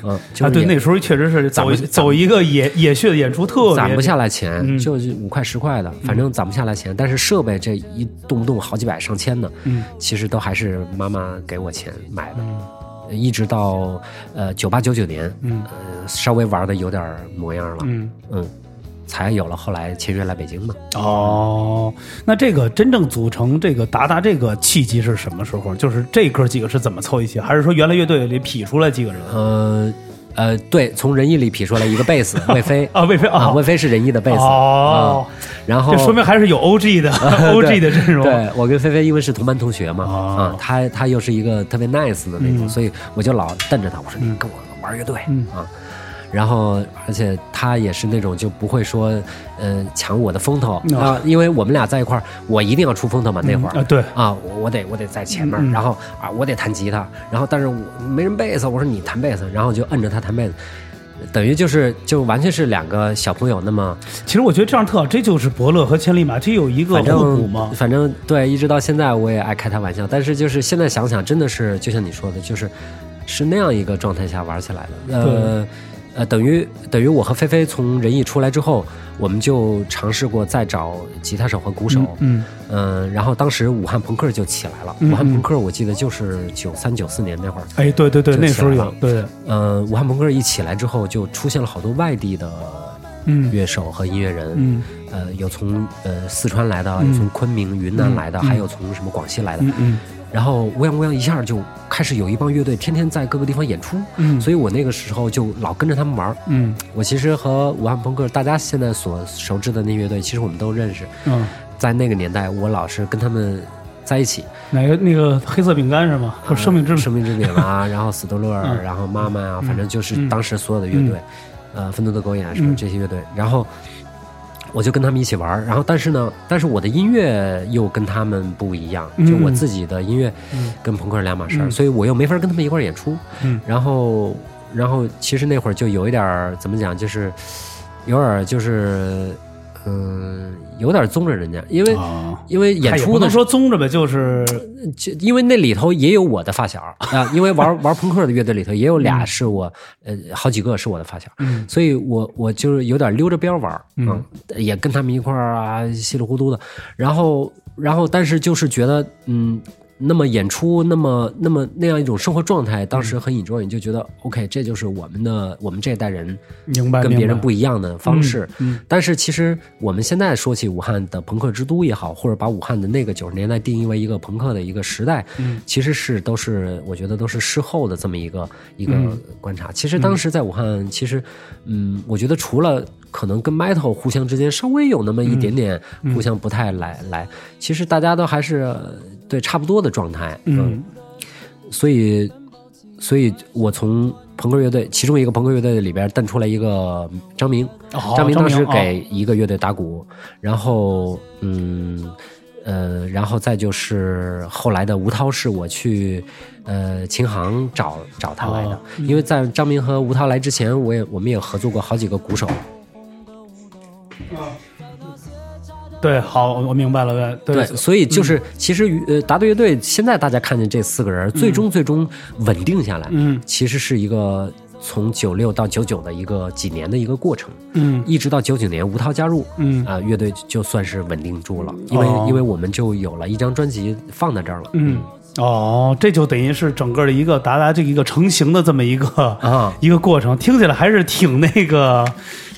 [SPEAKER 3] 嗯，就是
[SPEAKER 1] 啊对，
[SPEAKER 3] 也
[SPEAKER 1] 那时候确实是走
[SPEAKER 3] 攒不
[SPEAKER 1] 一
[SPEAKER 3] 攒
[SPEAKER 1] 走一个野野穴的演出特别
[SPEAKER 3] 攒不下来钱，
[SPEAKER 1] 嗯
[SPEAKER 3] 就是五块十块的，反正攒不下来钱。但是设备这一动不动好几百上千的，
[SPEAKER 1] 嗯
[SPEAKER 3] 其实都还是妈妈给我钱买的。一直到呃九八九九年，
[SPEAKER 1] 嗯
[SPEAKER 3] 呃稍微玩的有点模样了，
[SPEAKER 1] 嗯
[SPEAKER 3] 嗯才有了后来签约来北京嘛。
[SPEAKER 1] 哦，那这个真正组成这个达达这个契机是什么时候？就是这哥几个是怎么凑一起，还是说原来乐队里劈出来几个人？
[SPEAKER 3] 呃呃，对，从仁义里劈出来一个贝斯魏 飞
[SPEAKER 1] 啊魏飞啊
[SPEAKER 3] 啊，魏飞是仁义的贝斯
[SPEAKER 1] 哦
[SPEAKER 3] 嗯然后
[SPEAKER 1] 这说明还是有 OG 的 OG 的阵容。
[SPEAKER 3] 对我跟菲菲因为是同班同学嘛，
[SPEAKER 1] 哦
[SPEAKER 3] 啊，她她又是一个特别 nice 的那种，所以我就老瞪着她，我说你跟我玩乐队、
[SPEAKER 1] 嗯
[SPEAKER 3] 啊。然后，而且他也是那种就不会说，呃，抢我的风头
[SPEAKER 1] 嗯
[SPEAKER 3] 啊、因为我们俩在一块儿，我一定要出风头嘛，那会儿、
[SPEAKER 1] 啊，对，
[SPEAKER 3] 啊，我我得我得在前面，
[SPEAKER 1] 嗯嗯
[SPEAKER 3] 然后啊，我得弹吉他，然后但是我没人贝斯，我说你弹贝斯，然后我就摁着他弹贝斯，等于就是就完全是两个小朋友那么，
[SPEAKER 1] 其实我觉得这样特好，这就是伯乐和千里马，这有一个
[SPEAKER 3] 反
[SPEAKER 1] 互补
[SPEAKER 3] 正
[SPEAKER 1] 嘛。
[SPEAKER 3] 反正对，一直到现在我也爱开他玩笑，但是就是现在想想，真的是就像你说的，就是是那样一个状态下玩起来的，呃。呃，等于等于我和菲菲从仁义出来之后，我们就尝试过再找吉他手和鼓手，
[SPEAKER 1] 嗯，
[SPEAKER 3] 嗯，然后当时武汉朋克就起来了。
[SPEAKER 1] 嗯
[SPEAKER 3] 武汉朋克我记得就是九三九四年那会儿，
[SPEAKER 1] 哎，对对对，
[SPEAKER 3] 就
[SPEAKER 1] 那时候
[SPEAKER 3] 起来
[SPEAKER 1] 有
[SPEAKER 3] 了
[SPEAKER 1] 对，
[SPEAKER 3] 嗯，武汉朋克一起来之后，就出现了好多外地的
[SPEAKER 1] 嗯
[SPEAKER 3] 乐手和音乐人，
[SPEAKER 1] 嗯
[SPEAKER 3] 呃，有从呃四川来的，
[SPEAKER 1] 嗯
[SPEAKER 3] 有从昆明、云南来的，
[SPEAKER 1] 嗯
[SPEAKER 3] 还有从什么广西来的。
[SPEAKER 1] 嗯嗯
[SPEAKER 3] 然后乌泱乌泱一下就开始有一帮乐队天天在各个地方演出，
[SPEAKER 1] 嗯，
[SPEAKER 3] 所
[SPEAKER 1] 以
[SPEAKER 3] 以我那个时候就老跟着他们玩儿。
[SPEAKER 1] 嗯
[SPEAKER 3] 我其实和武汉朋克大家现在所熟知的那乐队，其实我们都认识。
[SPEAKER 1] 嗯，
[SPEAKER 3] 在那个年代，我老是跟他们在一起。
[SPEAKER 1] 哪个那个黑色饼干是吗？嗯不是生命之
[SPEAKER 3] 呃
[SPEAKER 1] 饼
[SPEAKER 3] 生命之饼 啊，然后史多勒尔，
[SPEAKER 1] 嗯
[SPEAKER 3] 然后妈妈啊，
[SPEAKER 1] 嗯
[SPEAKER 3] 反正就是当时所有的乐队，呃，愤怒的狗眼什么
[SPEAKER 1] 嗯
[SPEAKER 3] 这些乐队，然后我就跟他们一起玩儿然后但是呢，但是我的音乐又跟他们不一样，
[SPEAKER 1] 嗯
[SPEAKER 3] 就我自己的音乐
[SPEAKER 1] 嗯
[SPEAKER 3] 跟朋克两码事儿，
[SPEAKER 1] 嗯
[SPEAKER 3] 所以我又没法跟他们一块儿演出，
[SPEAKER 1] 嗯
[SPEAKER 3] 然后然后其实那会儿就有一点儿怎么讲，就是有点儿就是嗯、有点儿宗着人家，因为。
[SPEAKER 1] 啊，
[SPEAKER 3] 因为演
[SPEAKER 1] 哎也
[SPEAKER 3] 出
[SPEAKER 1] 不
[SPEAKER 3] 的
[SPEAKER 1] 能
[SPEAKER 3] 时候。
[SPEAKER 1] 说宗着呗，就是
[SPEAKER 3] 就因为那里头也有我的发小啊、因为玩玩朋克的乐队里头也有俩是我，呃，好几个是我的发小，
[SPEAKER 1] 嗯
[SPEAKER 3] 所以我我就是有点溜着边儿玩儿，
[SPEAKER 1] 嗯
[SPEAKER 3] 也跟他们一块儿啊稀里糊涂的，然后然后但是就是觉得嗯。那么演出，那么那么那样一种生活状态，当
[SPEAKER 1] 嗯
[SPEAKER 3] 时很 enjoy，你就觉得 OK，这就是我们的我们这一代人
[SPEAKER 1] 明白，
[SPEAKER 3] 跟别人
[SPEAKER 1] 明白
[SPEAKER 3] 不一样的方式。
[SPEAKER 1] 嗯
[SPEAKER 3] 但是其实我们现在说起武汉的朋克之都也好，或者把武汉的那个九十年代定义为一个朋克的一个时代，
[SPEAKER 1] 嗯
[SPEAKER 3] 其实是都是我觉得都是事后的这么一个一个
[SPEAKER 1] 嗯
[SPEAKER 3] 观察。其实当时在武汉，其实嗯，我觉得除了可能跟 metal 互相之间稍微有那么一点点互相不太来、来，其实大家都还是呃对差不多的状态，
[SPEAKER 1] 嗯
[SPEAKER 3] 所以，所以我从朋克乐队其中一个朋克乐队里边蹬出来一个张明，
[SPEAKER 1] 哦
[SPEAKER 3] 张明当时
[SPEAKER 1] 张明哦
[SPEAKER 3] 给一个乐队打鼓，然后嗯呃，然后再就是后来的吴涛是我去呃琴行找找他来的，
[SPEAKER 1] 哦
[SPEAKER 3] 因为在张明和吴涛来之前，我也我们也合作过好几个鼓手，
[SPEAKER 1] 对，好，我明白了，对
[SPEAKER 3] 嗯
[SPEAKER 1] 嗯
[SPEAKER 3] 对，所以就是、其实呃答对乐队现在大家看见这四个人，最终最终稳定下来，
[SPEAKER 1] 嗯
[SPEAKER 3] 其实是一个从九六到九九的一个几年的一个过程，
[SPEAKER 1] 嗯
[SPEAKER 3] 一直到九九年吴涛加入，
[SPEAKER 1] 嗯
[SPEAKER 3] 啊、乐队就算是稳定住了，因为、
[SPEAKER 1] 哦
[SPEAKER 3] 因为我们就有了一张专辑放在这儿了，
[SPEAKER 1] 嗯，哦，这就等于是整个的一个达达这一个成型的这么一个
[SPEAKER 3] 啊，
[SPEAKER 1] 一个过程，听起来还是挺那个，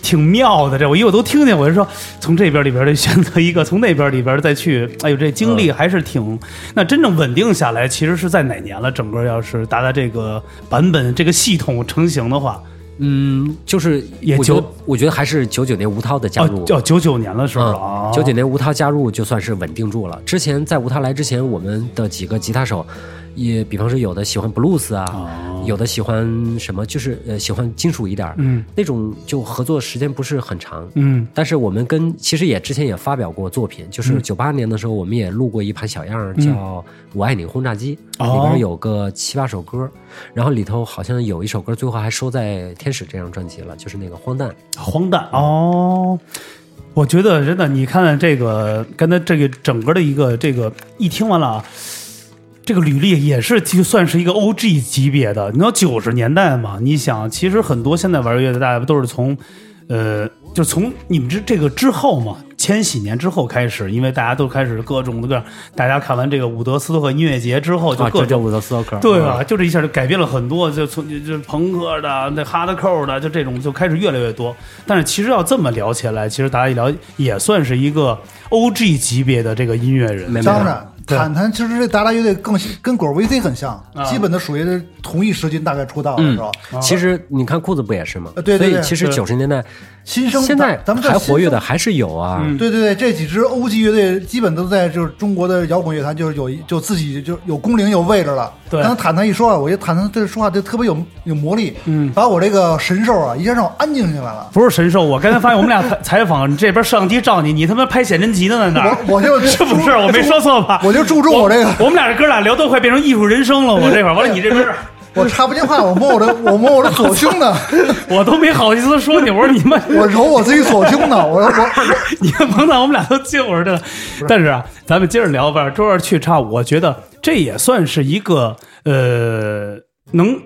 [SPEAKER 1] 挺妙的。这我因为我都听见，我就说从这边里边的选择一个，从那边里边再去，哎呦，这经
[SPEAKER 3] 嗯
[SPEAKER 1] 历还是挺。那真正稳定下来，其实是在哪年了？整个要是达达这个版本、这个系统成型的话，哦
[SPEAKER 3] 嗯，就是
[SPEAKER 1] 也
[SPEAKER 3] 我觉得
[SPEAKER 1] 九
[SPEAKER 3] 我觉得还是九九年吴涛的加入
[SPEAKER 1] 哦，。哦，九九年了是不是？哦，
[SPEAKER 3] 嗯九九年吴涛加入就算是稳定住了。之前在吴涛来之前，我们的几个吉他手，也比方说有的喜欢布鲁斯啊，
[SPEAKER 1] 哦
[SPEAKER 3] 有的喜欢什么，就是呃喜欢金属一点儿，
[SPEAKER 1] 嗯
[SPEAKER 3] 那种就合作时间不是很长。
[SPEAKER 1] 嗯
[SPEAKER 3] 但是我们跟其实也之前也发表过作品，就是九八年的时候，我们也录过一盘小样儿叫《我爱你轰炸机》，
[SPEAKER 1] 嗯哦
[SPEAKER 3] 里边有个七八首歌，然后里头好像有一首歌最后还收在《天使》这张专辑了，就是那个《荒诞》。
[SPEAKER 1] 荒诞哦。我觉得真的，你看看这个刚才这个整个的一个这个一听完了啊，这个履历也是就算是一个 O G 级别的。你知道九十年代嘛？你想，其实很多现在玩乐的大家都是从，呃，就从你们这这个之后嘛，千禧年之后开始，因为大家都开始各种的各样，大家看完这个伍德斯托克音乐节之后，就
[SPEAKER 3] 啊，
[SPEAKER 1] 各
[SPEAKER 3] 这
[SPEAKER 1] 种
[SPEAKER 3] 叫伍德斯托克。
[SPEAKER 1] 对啊，就这一下就改变了很多，就从就是朋克的、那哈德扣的，就这种就开始越来越多。但是其实要这么聊起来，其实大家一聊也算是一个 O G 级别的这个音乐人
[SPEAKER 3] 没。
[SPEAKER 2] 当然，
[SPEAKER 1] 对
[SPEAKER 2] 坦坦其实这达达乐队更像跟果儿 VC 很像
[SPEAKER 1] 啊，
[SPEAKER 2] 基本的属于同一时间大概出
[SPEAKER 3] 嗯
[SPEAKER 2] 道的是吧？
[SPEAKER 3] 其实你看裤子不也是吗？
[SPEAKER 2] 呃啊对对
[SPEAKER 3] 所
[SPEAKER 2] 对
[SPEAKER 3] 以其实
[SPEAKER 1] 对
[SPEAKER 3] 九十年代
[SPEAKER 2] 新生
[SPEAKER 3] 现在
[SPEAKER 2] 咱们叫
[SPEAKER 3] 还
[SPEAKER 2] 新
[SPEAKER 3] 活跃的
[SPEAKER 2] 生
[SPEAKER 3] 还是有啊。
[SPEAKER 1] 嗯
[SPEAKER 2] 对对对，这几支欧系乐队基本都在就是中国的摇滚乐坛，就是有一就自己就有工龄有位置了。
[SPEAKER 1] 对
[SPEAKER 2] 刚才坦坦一说啊，我觉得坦坦这说话就特别有有魔力，
[SPEAKER 1] 嗯
[SPEAKER 2] 把我这个神兽啊一下让我安静下来了。
[SPEAKER 1] 不是神兽，我刚才发现我们俩采采访，你这边摄像机照你，你他妈拍写真集呢在那儿？
[SPEAKER 2] 我 我就是
[SPEAKER 1] 不是？我没说错吧？
[SPEAKER 2] 我就注重我这个
[SPEAKER 1] 我们俩这哥俩聊都快变成艺术人生了，我这块儿完了你这边儿。
[SPEAKER 2] 我插不进话，我摸我的我摸我的左胸呢，
[SPEAKER 1] 我都没好意思说你，我说你们，
[SPEAKER 2] 我揉我自己左胸呢，我说我
[SPEAKER 1] 你看蒙娜，我们俩都救着了。但是啊，咱们接着聊吧。周二去唱，我觉得这也算是一个呃，能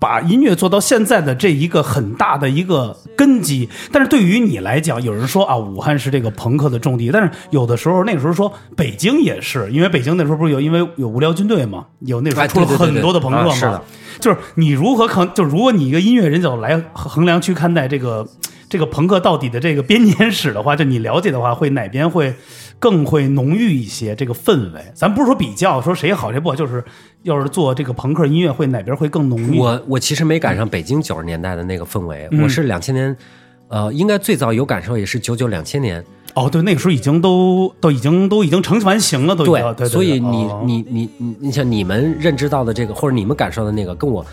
[SPEAKER 1] 把音乐做到现在的这一个很大的一个根基。但是对于你来讲，有人说啊，武汉是这个朋克的重地，但是有的时候那个时候说北京也是，因为北京那时候不是有因为有无聊军队嘛，有那时候
[SPEAKER 3] 哎
[SPEAKER 1] 出了
[SPEAKER 3] 对对对
[SPEAKER 1] 很
[SPEAKER 3] 对
[SPEAKER 1] 多的朋克嘛。
[SPEAKER 3] 啊是的
[SPEAKER 1] 就是你如何衡，就是如果你一个音乐人角度来衡量去看待这个这个朋克到底的这个编年史的话，就你了解的话，会哪边会更会浓郁一些这个氛围？咱不是说比较，说谁好谁不好，就是要是做这个朋克音乐会哪边会更浓郁？
[SPEAKER 3] 我我其实没赶上北京九十年代的那个氛围，
[SPEAKER 2] 嗯
[SPEAKER 3] 我是两千年，呃，应该最早有感受也是九九两千年，
[SPEAKER 1] 哦，对，那个时候已经都都已经都已经成完型了，
[SPEAKER 2] 哦
[SPEAKER 1] 都已经对对，
[SPEAKER 3] 所
[SPEAKER 1] 对
[SPEAKER 3] 以你
[SPEAKER 1] 哦
[SPEAKER 3] 你你你你像你们认知到的这个，或者你们感受的那个，跟我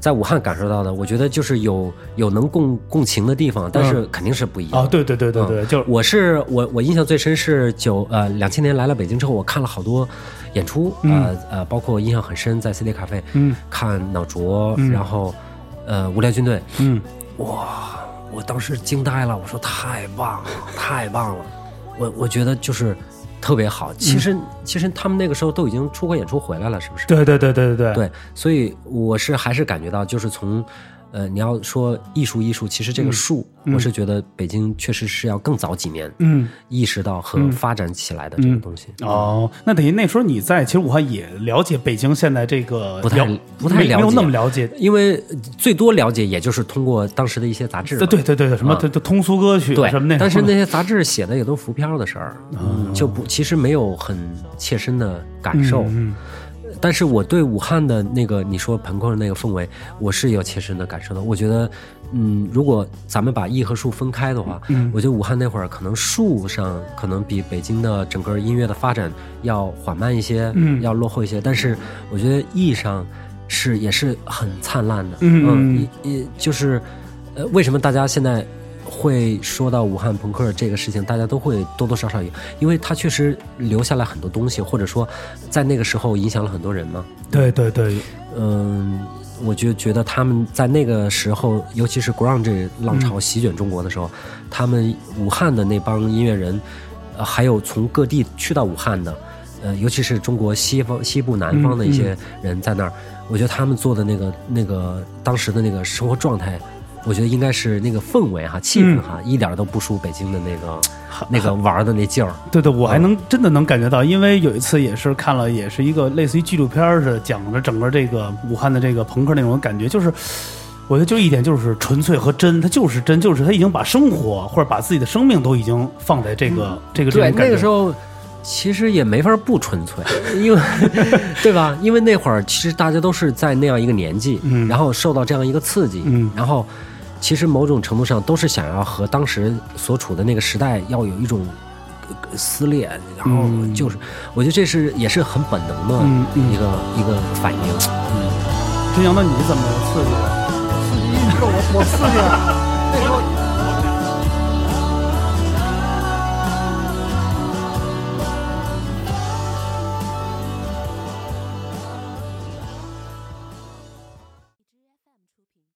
[SPEAKER 3] 在武汉感受到的，我觉得就是有有能共共情的地方，但是
[SPEAKER 2] 嗯
[SPEAKER 3] 肯定是不一样。
[SPEAKER 1] 哦，对对对对对，就是
[SPEAKER 3] 我是我我印象最深是九呃两千年来了北京之后，我看了好多演出，呃呃，包括印象很深在 CD 咖啡，
[SPEAKER 1] 嗯，
[SPEAKER 3] 看脑浊，然后呃无聊军队，
[SPEAKER 1] 嗯，
[SPEAKER 3] 哇，我当时惊呆了，我说太棒了，太棒了，我我觉得就是特别好。
[SPEAKER 1] 嗯
[SPEAKER 3] 其实、其实他们那个时候都已经出国演出回来了，是不是？
[SPEAKER 1] 对对对对对对，
[SPEAKER 3] 对，所以我是还是感觉到，就是从，呃，你要说艺术艺术，其实这个术，我是觉得北京确实是要更早几年，
[SPEAKER 1] 嗯，
[SPEAKER 3] 意识到和发展起来的这个东西。
[SPEAKER 1] 哦，那等于那时候你在其实武汉也了解北京现在这个
[SPEAKER 3] 不太
[SPEAKER 1] 了
[SPEAKER 3] 不太
[SPEAKER 1] 没
[SPEAKER 3] 了
[SPEAKER 1] 没有
[SPEAKER 3] 解
[SPEAKER 1] 那么了解，
[SPEAKER 3] 因为最多了解也就是通过当时的一些杂志嘛，
[SPEAKER 1] 对对对对，什么
[SPEAKER 3] 啊
[SPEAKER 1] 这这通俗歌曲
[SPEAKER 3] 对
[SPEAKER 1] 什么那种，
[SPEAKER 3] 但是那些杂志写的也都是浮漂的事儿，就不其实没有很切身的感受。
[SPEAKER 1] 嗯
[SPEAKER 3] 但是我对武汉的那个你说朋克的那个氛围，我是有切身的感受的。我觉得，嗯，如果咱们把艺和术分开的话，
[SPEAKER 1] 嗯
[SPEAKER 3] 我觉得武汉那会儿可能术上可能比北京的整个音乐的发展要缓慢一些，
[SPEAKER 1] 嗯
[SPEAKER 3] 要落后一些。但是我觉得艺上是也是很灿烂的，
[SPEAKER 1] 嗯
[SPEAKER 3] 嗯，也也就是，呃，为什么大家现在？会说到武汉朋克这个事情，大家都会多多少少有，因为它确实留下来很多东西，或者说在那个时候影响了很多人嘛。
[SPEAKER 1] 对对对，
[SPEAKER 3] 嗯，我就觉得他们在那个时候，尤其是 grunge 这浪潮席卷中国的时候，他们武汉的那帮音乐人，呃，还有从各地去到武汉的，呃，尤其是中国西方西部南方的一些人在那儿，我觉得他们做的那个那个当时的那个生活状态。我觉得应该是那个氛围哈，气氛哈，一点都不输北京的那个、那个玩儿的那劲儿。
[SPEAKER 1] 对对，我
[SPEAKER 3] 啊
[SPEAKER 1] 还能真的能感觉到，因为有一次也是看了，也是一个类似于纪录片儿似的，讲的整个这个武汉的这个朋克那种感觉，就是。我觉得就一点就是纯粹和真，它就是真，就是他已经把生活或者把自己的生命都已经放在这个、这个这
[SPEAKER 3] 嗯
[SPEAKER 1] 种
[SPEAKER 3] 对，
[SPEAKER 1] 感觉。
[SPEAKER 3] 那个时候其实也没法不纯粹，因为对吧？因为那会儿其实大家都是在那样一个年纪，
[SPEAKER 1] 嗯
[SPEAKER 3] 然后受到这样一个刺激，
[SPEAKER 1] 嗯
[SPEAKER 3] 然后其实某种程度上都是想要和当时所处的那个时代要有一种。呃撕裂，然后
[SPEAKER 1] 嗯
[SPEAKER 3] 就是，我觉得这是也是很本能的
[SPEAKER 1] 嗯嗯
[SPEAKER 3] 一个、一个反应。
[SPEAKER 1] 真阳，那你怎么刺激的？
[SPEAKER 2] 我我刺激了，那时候。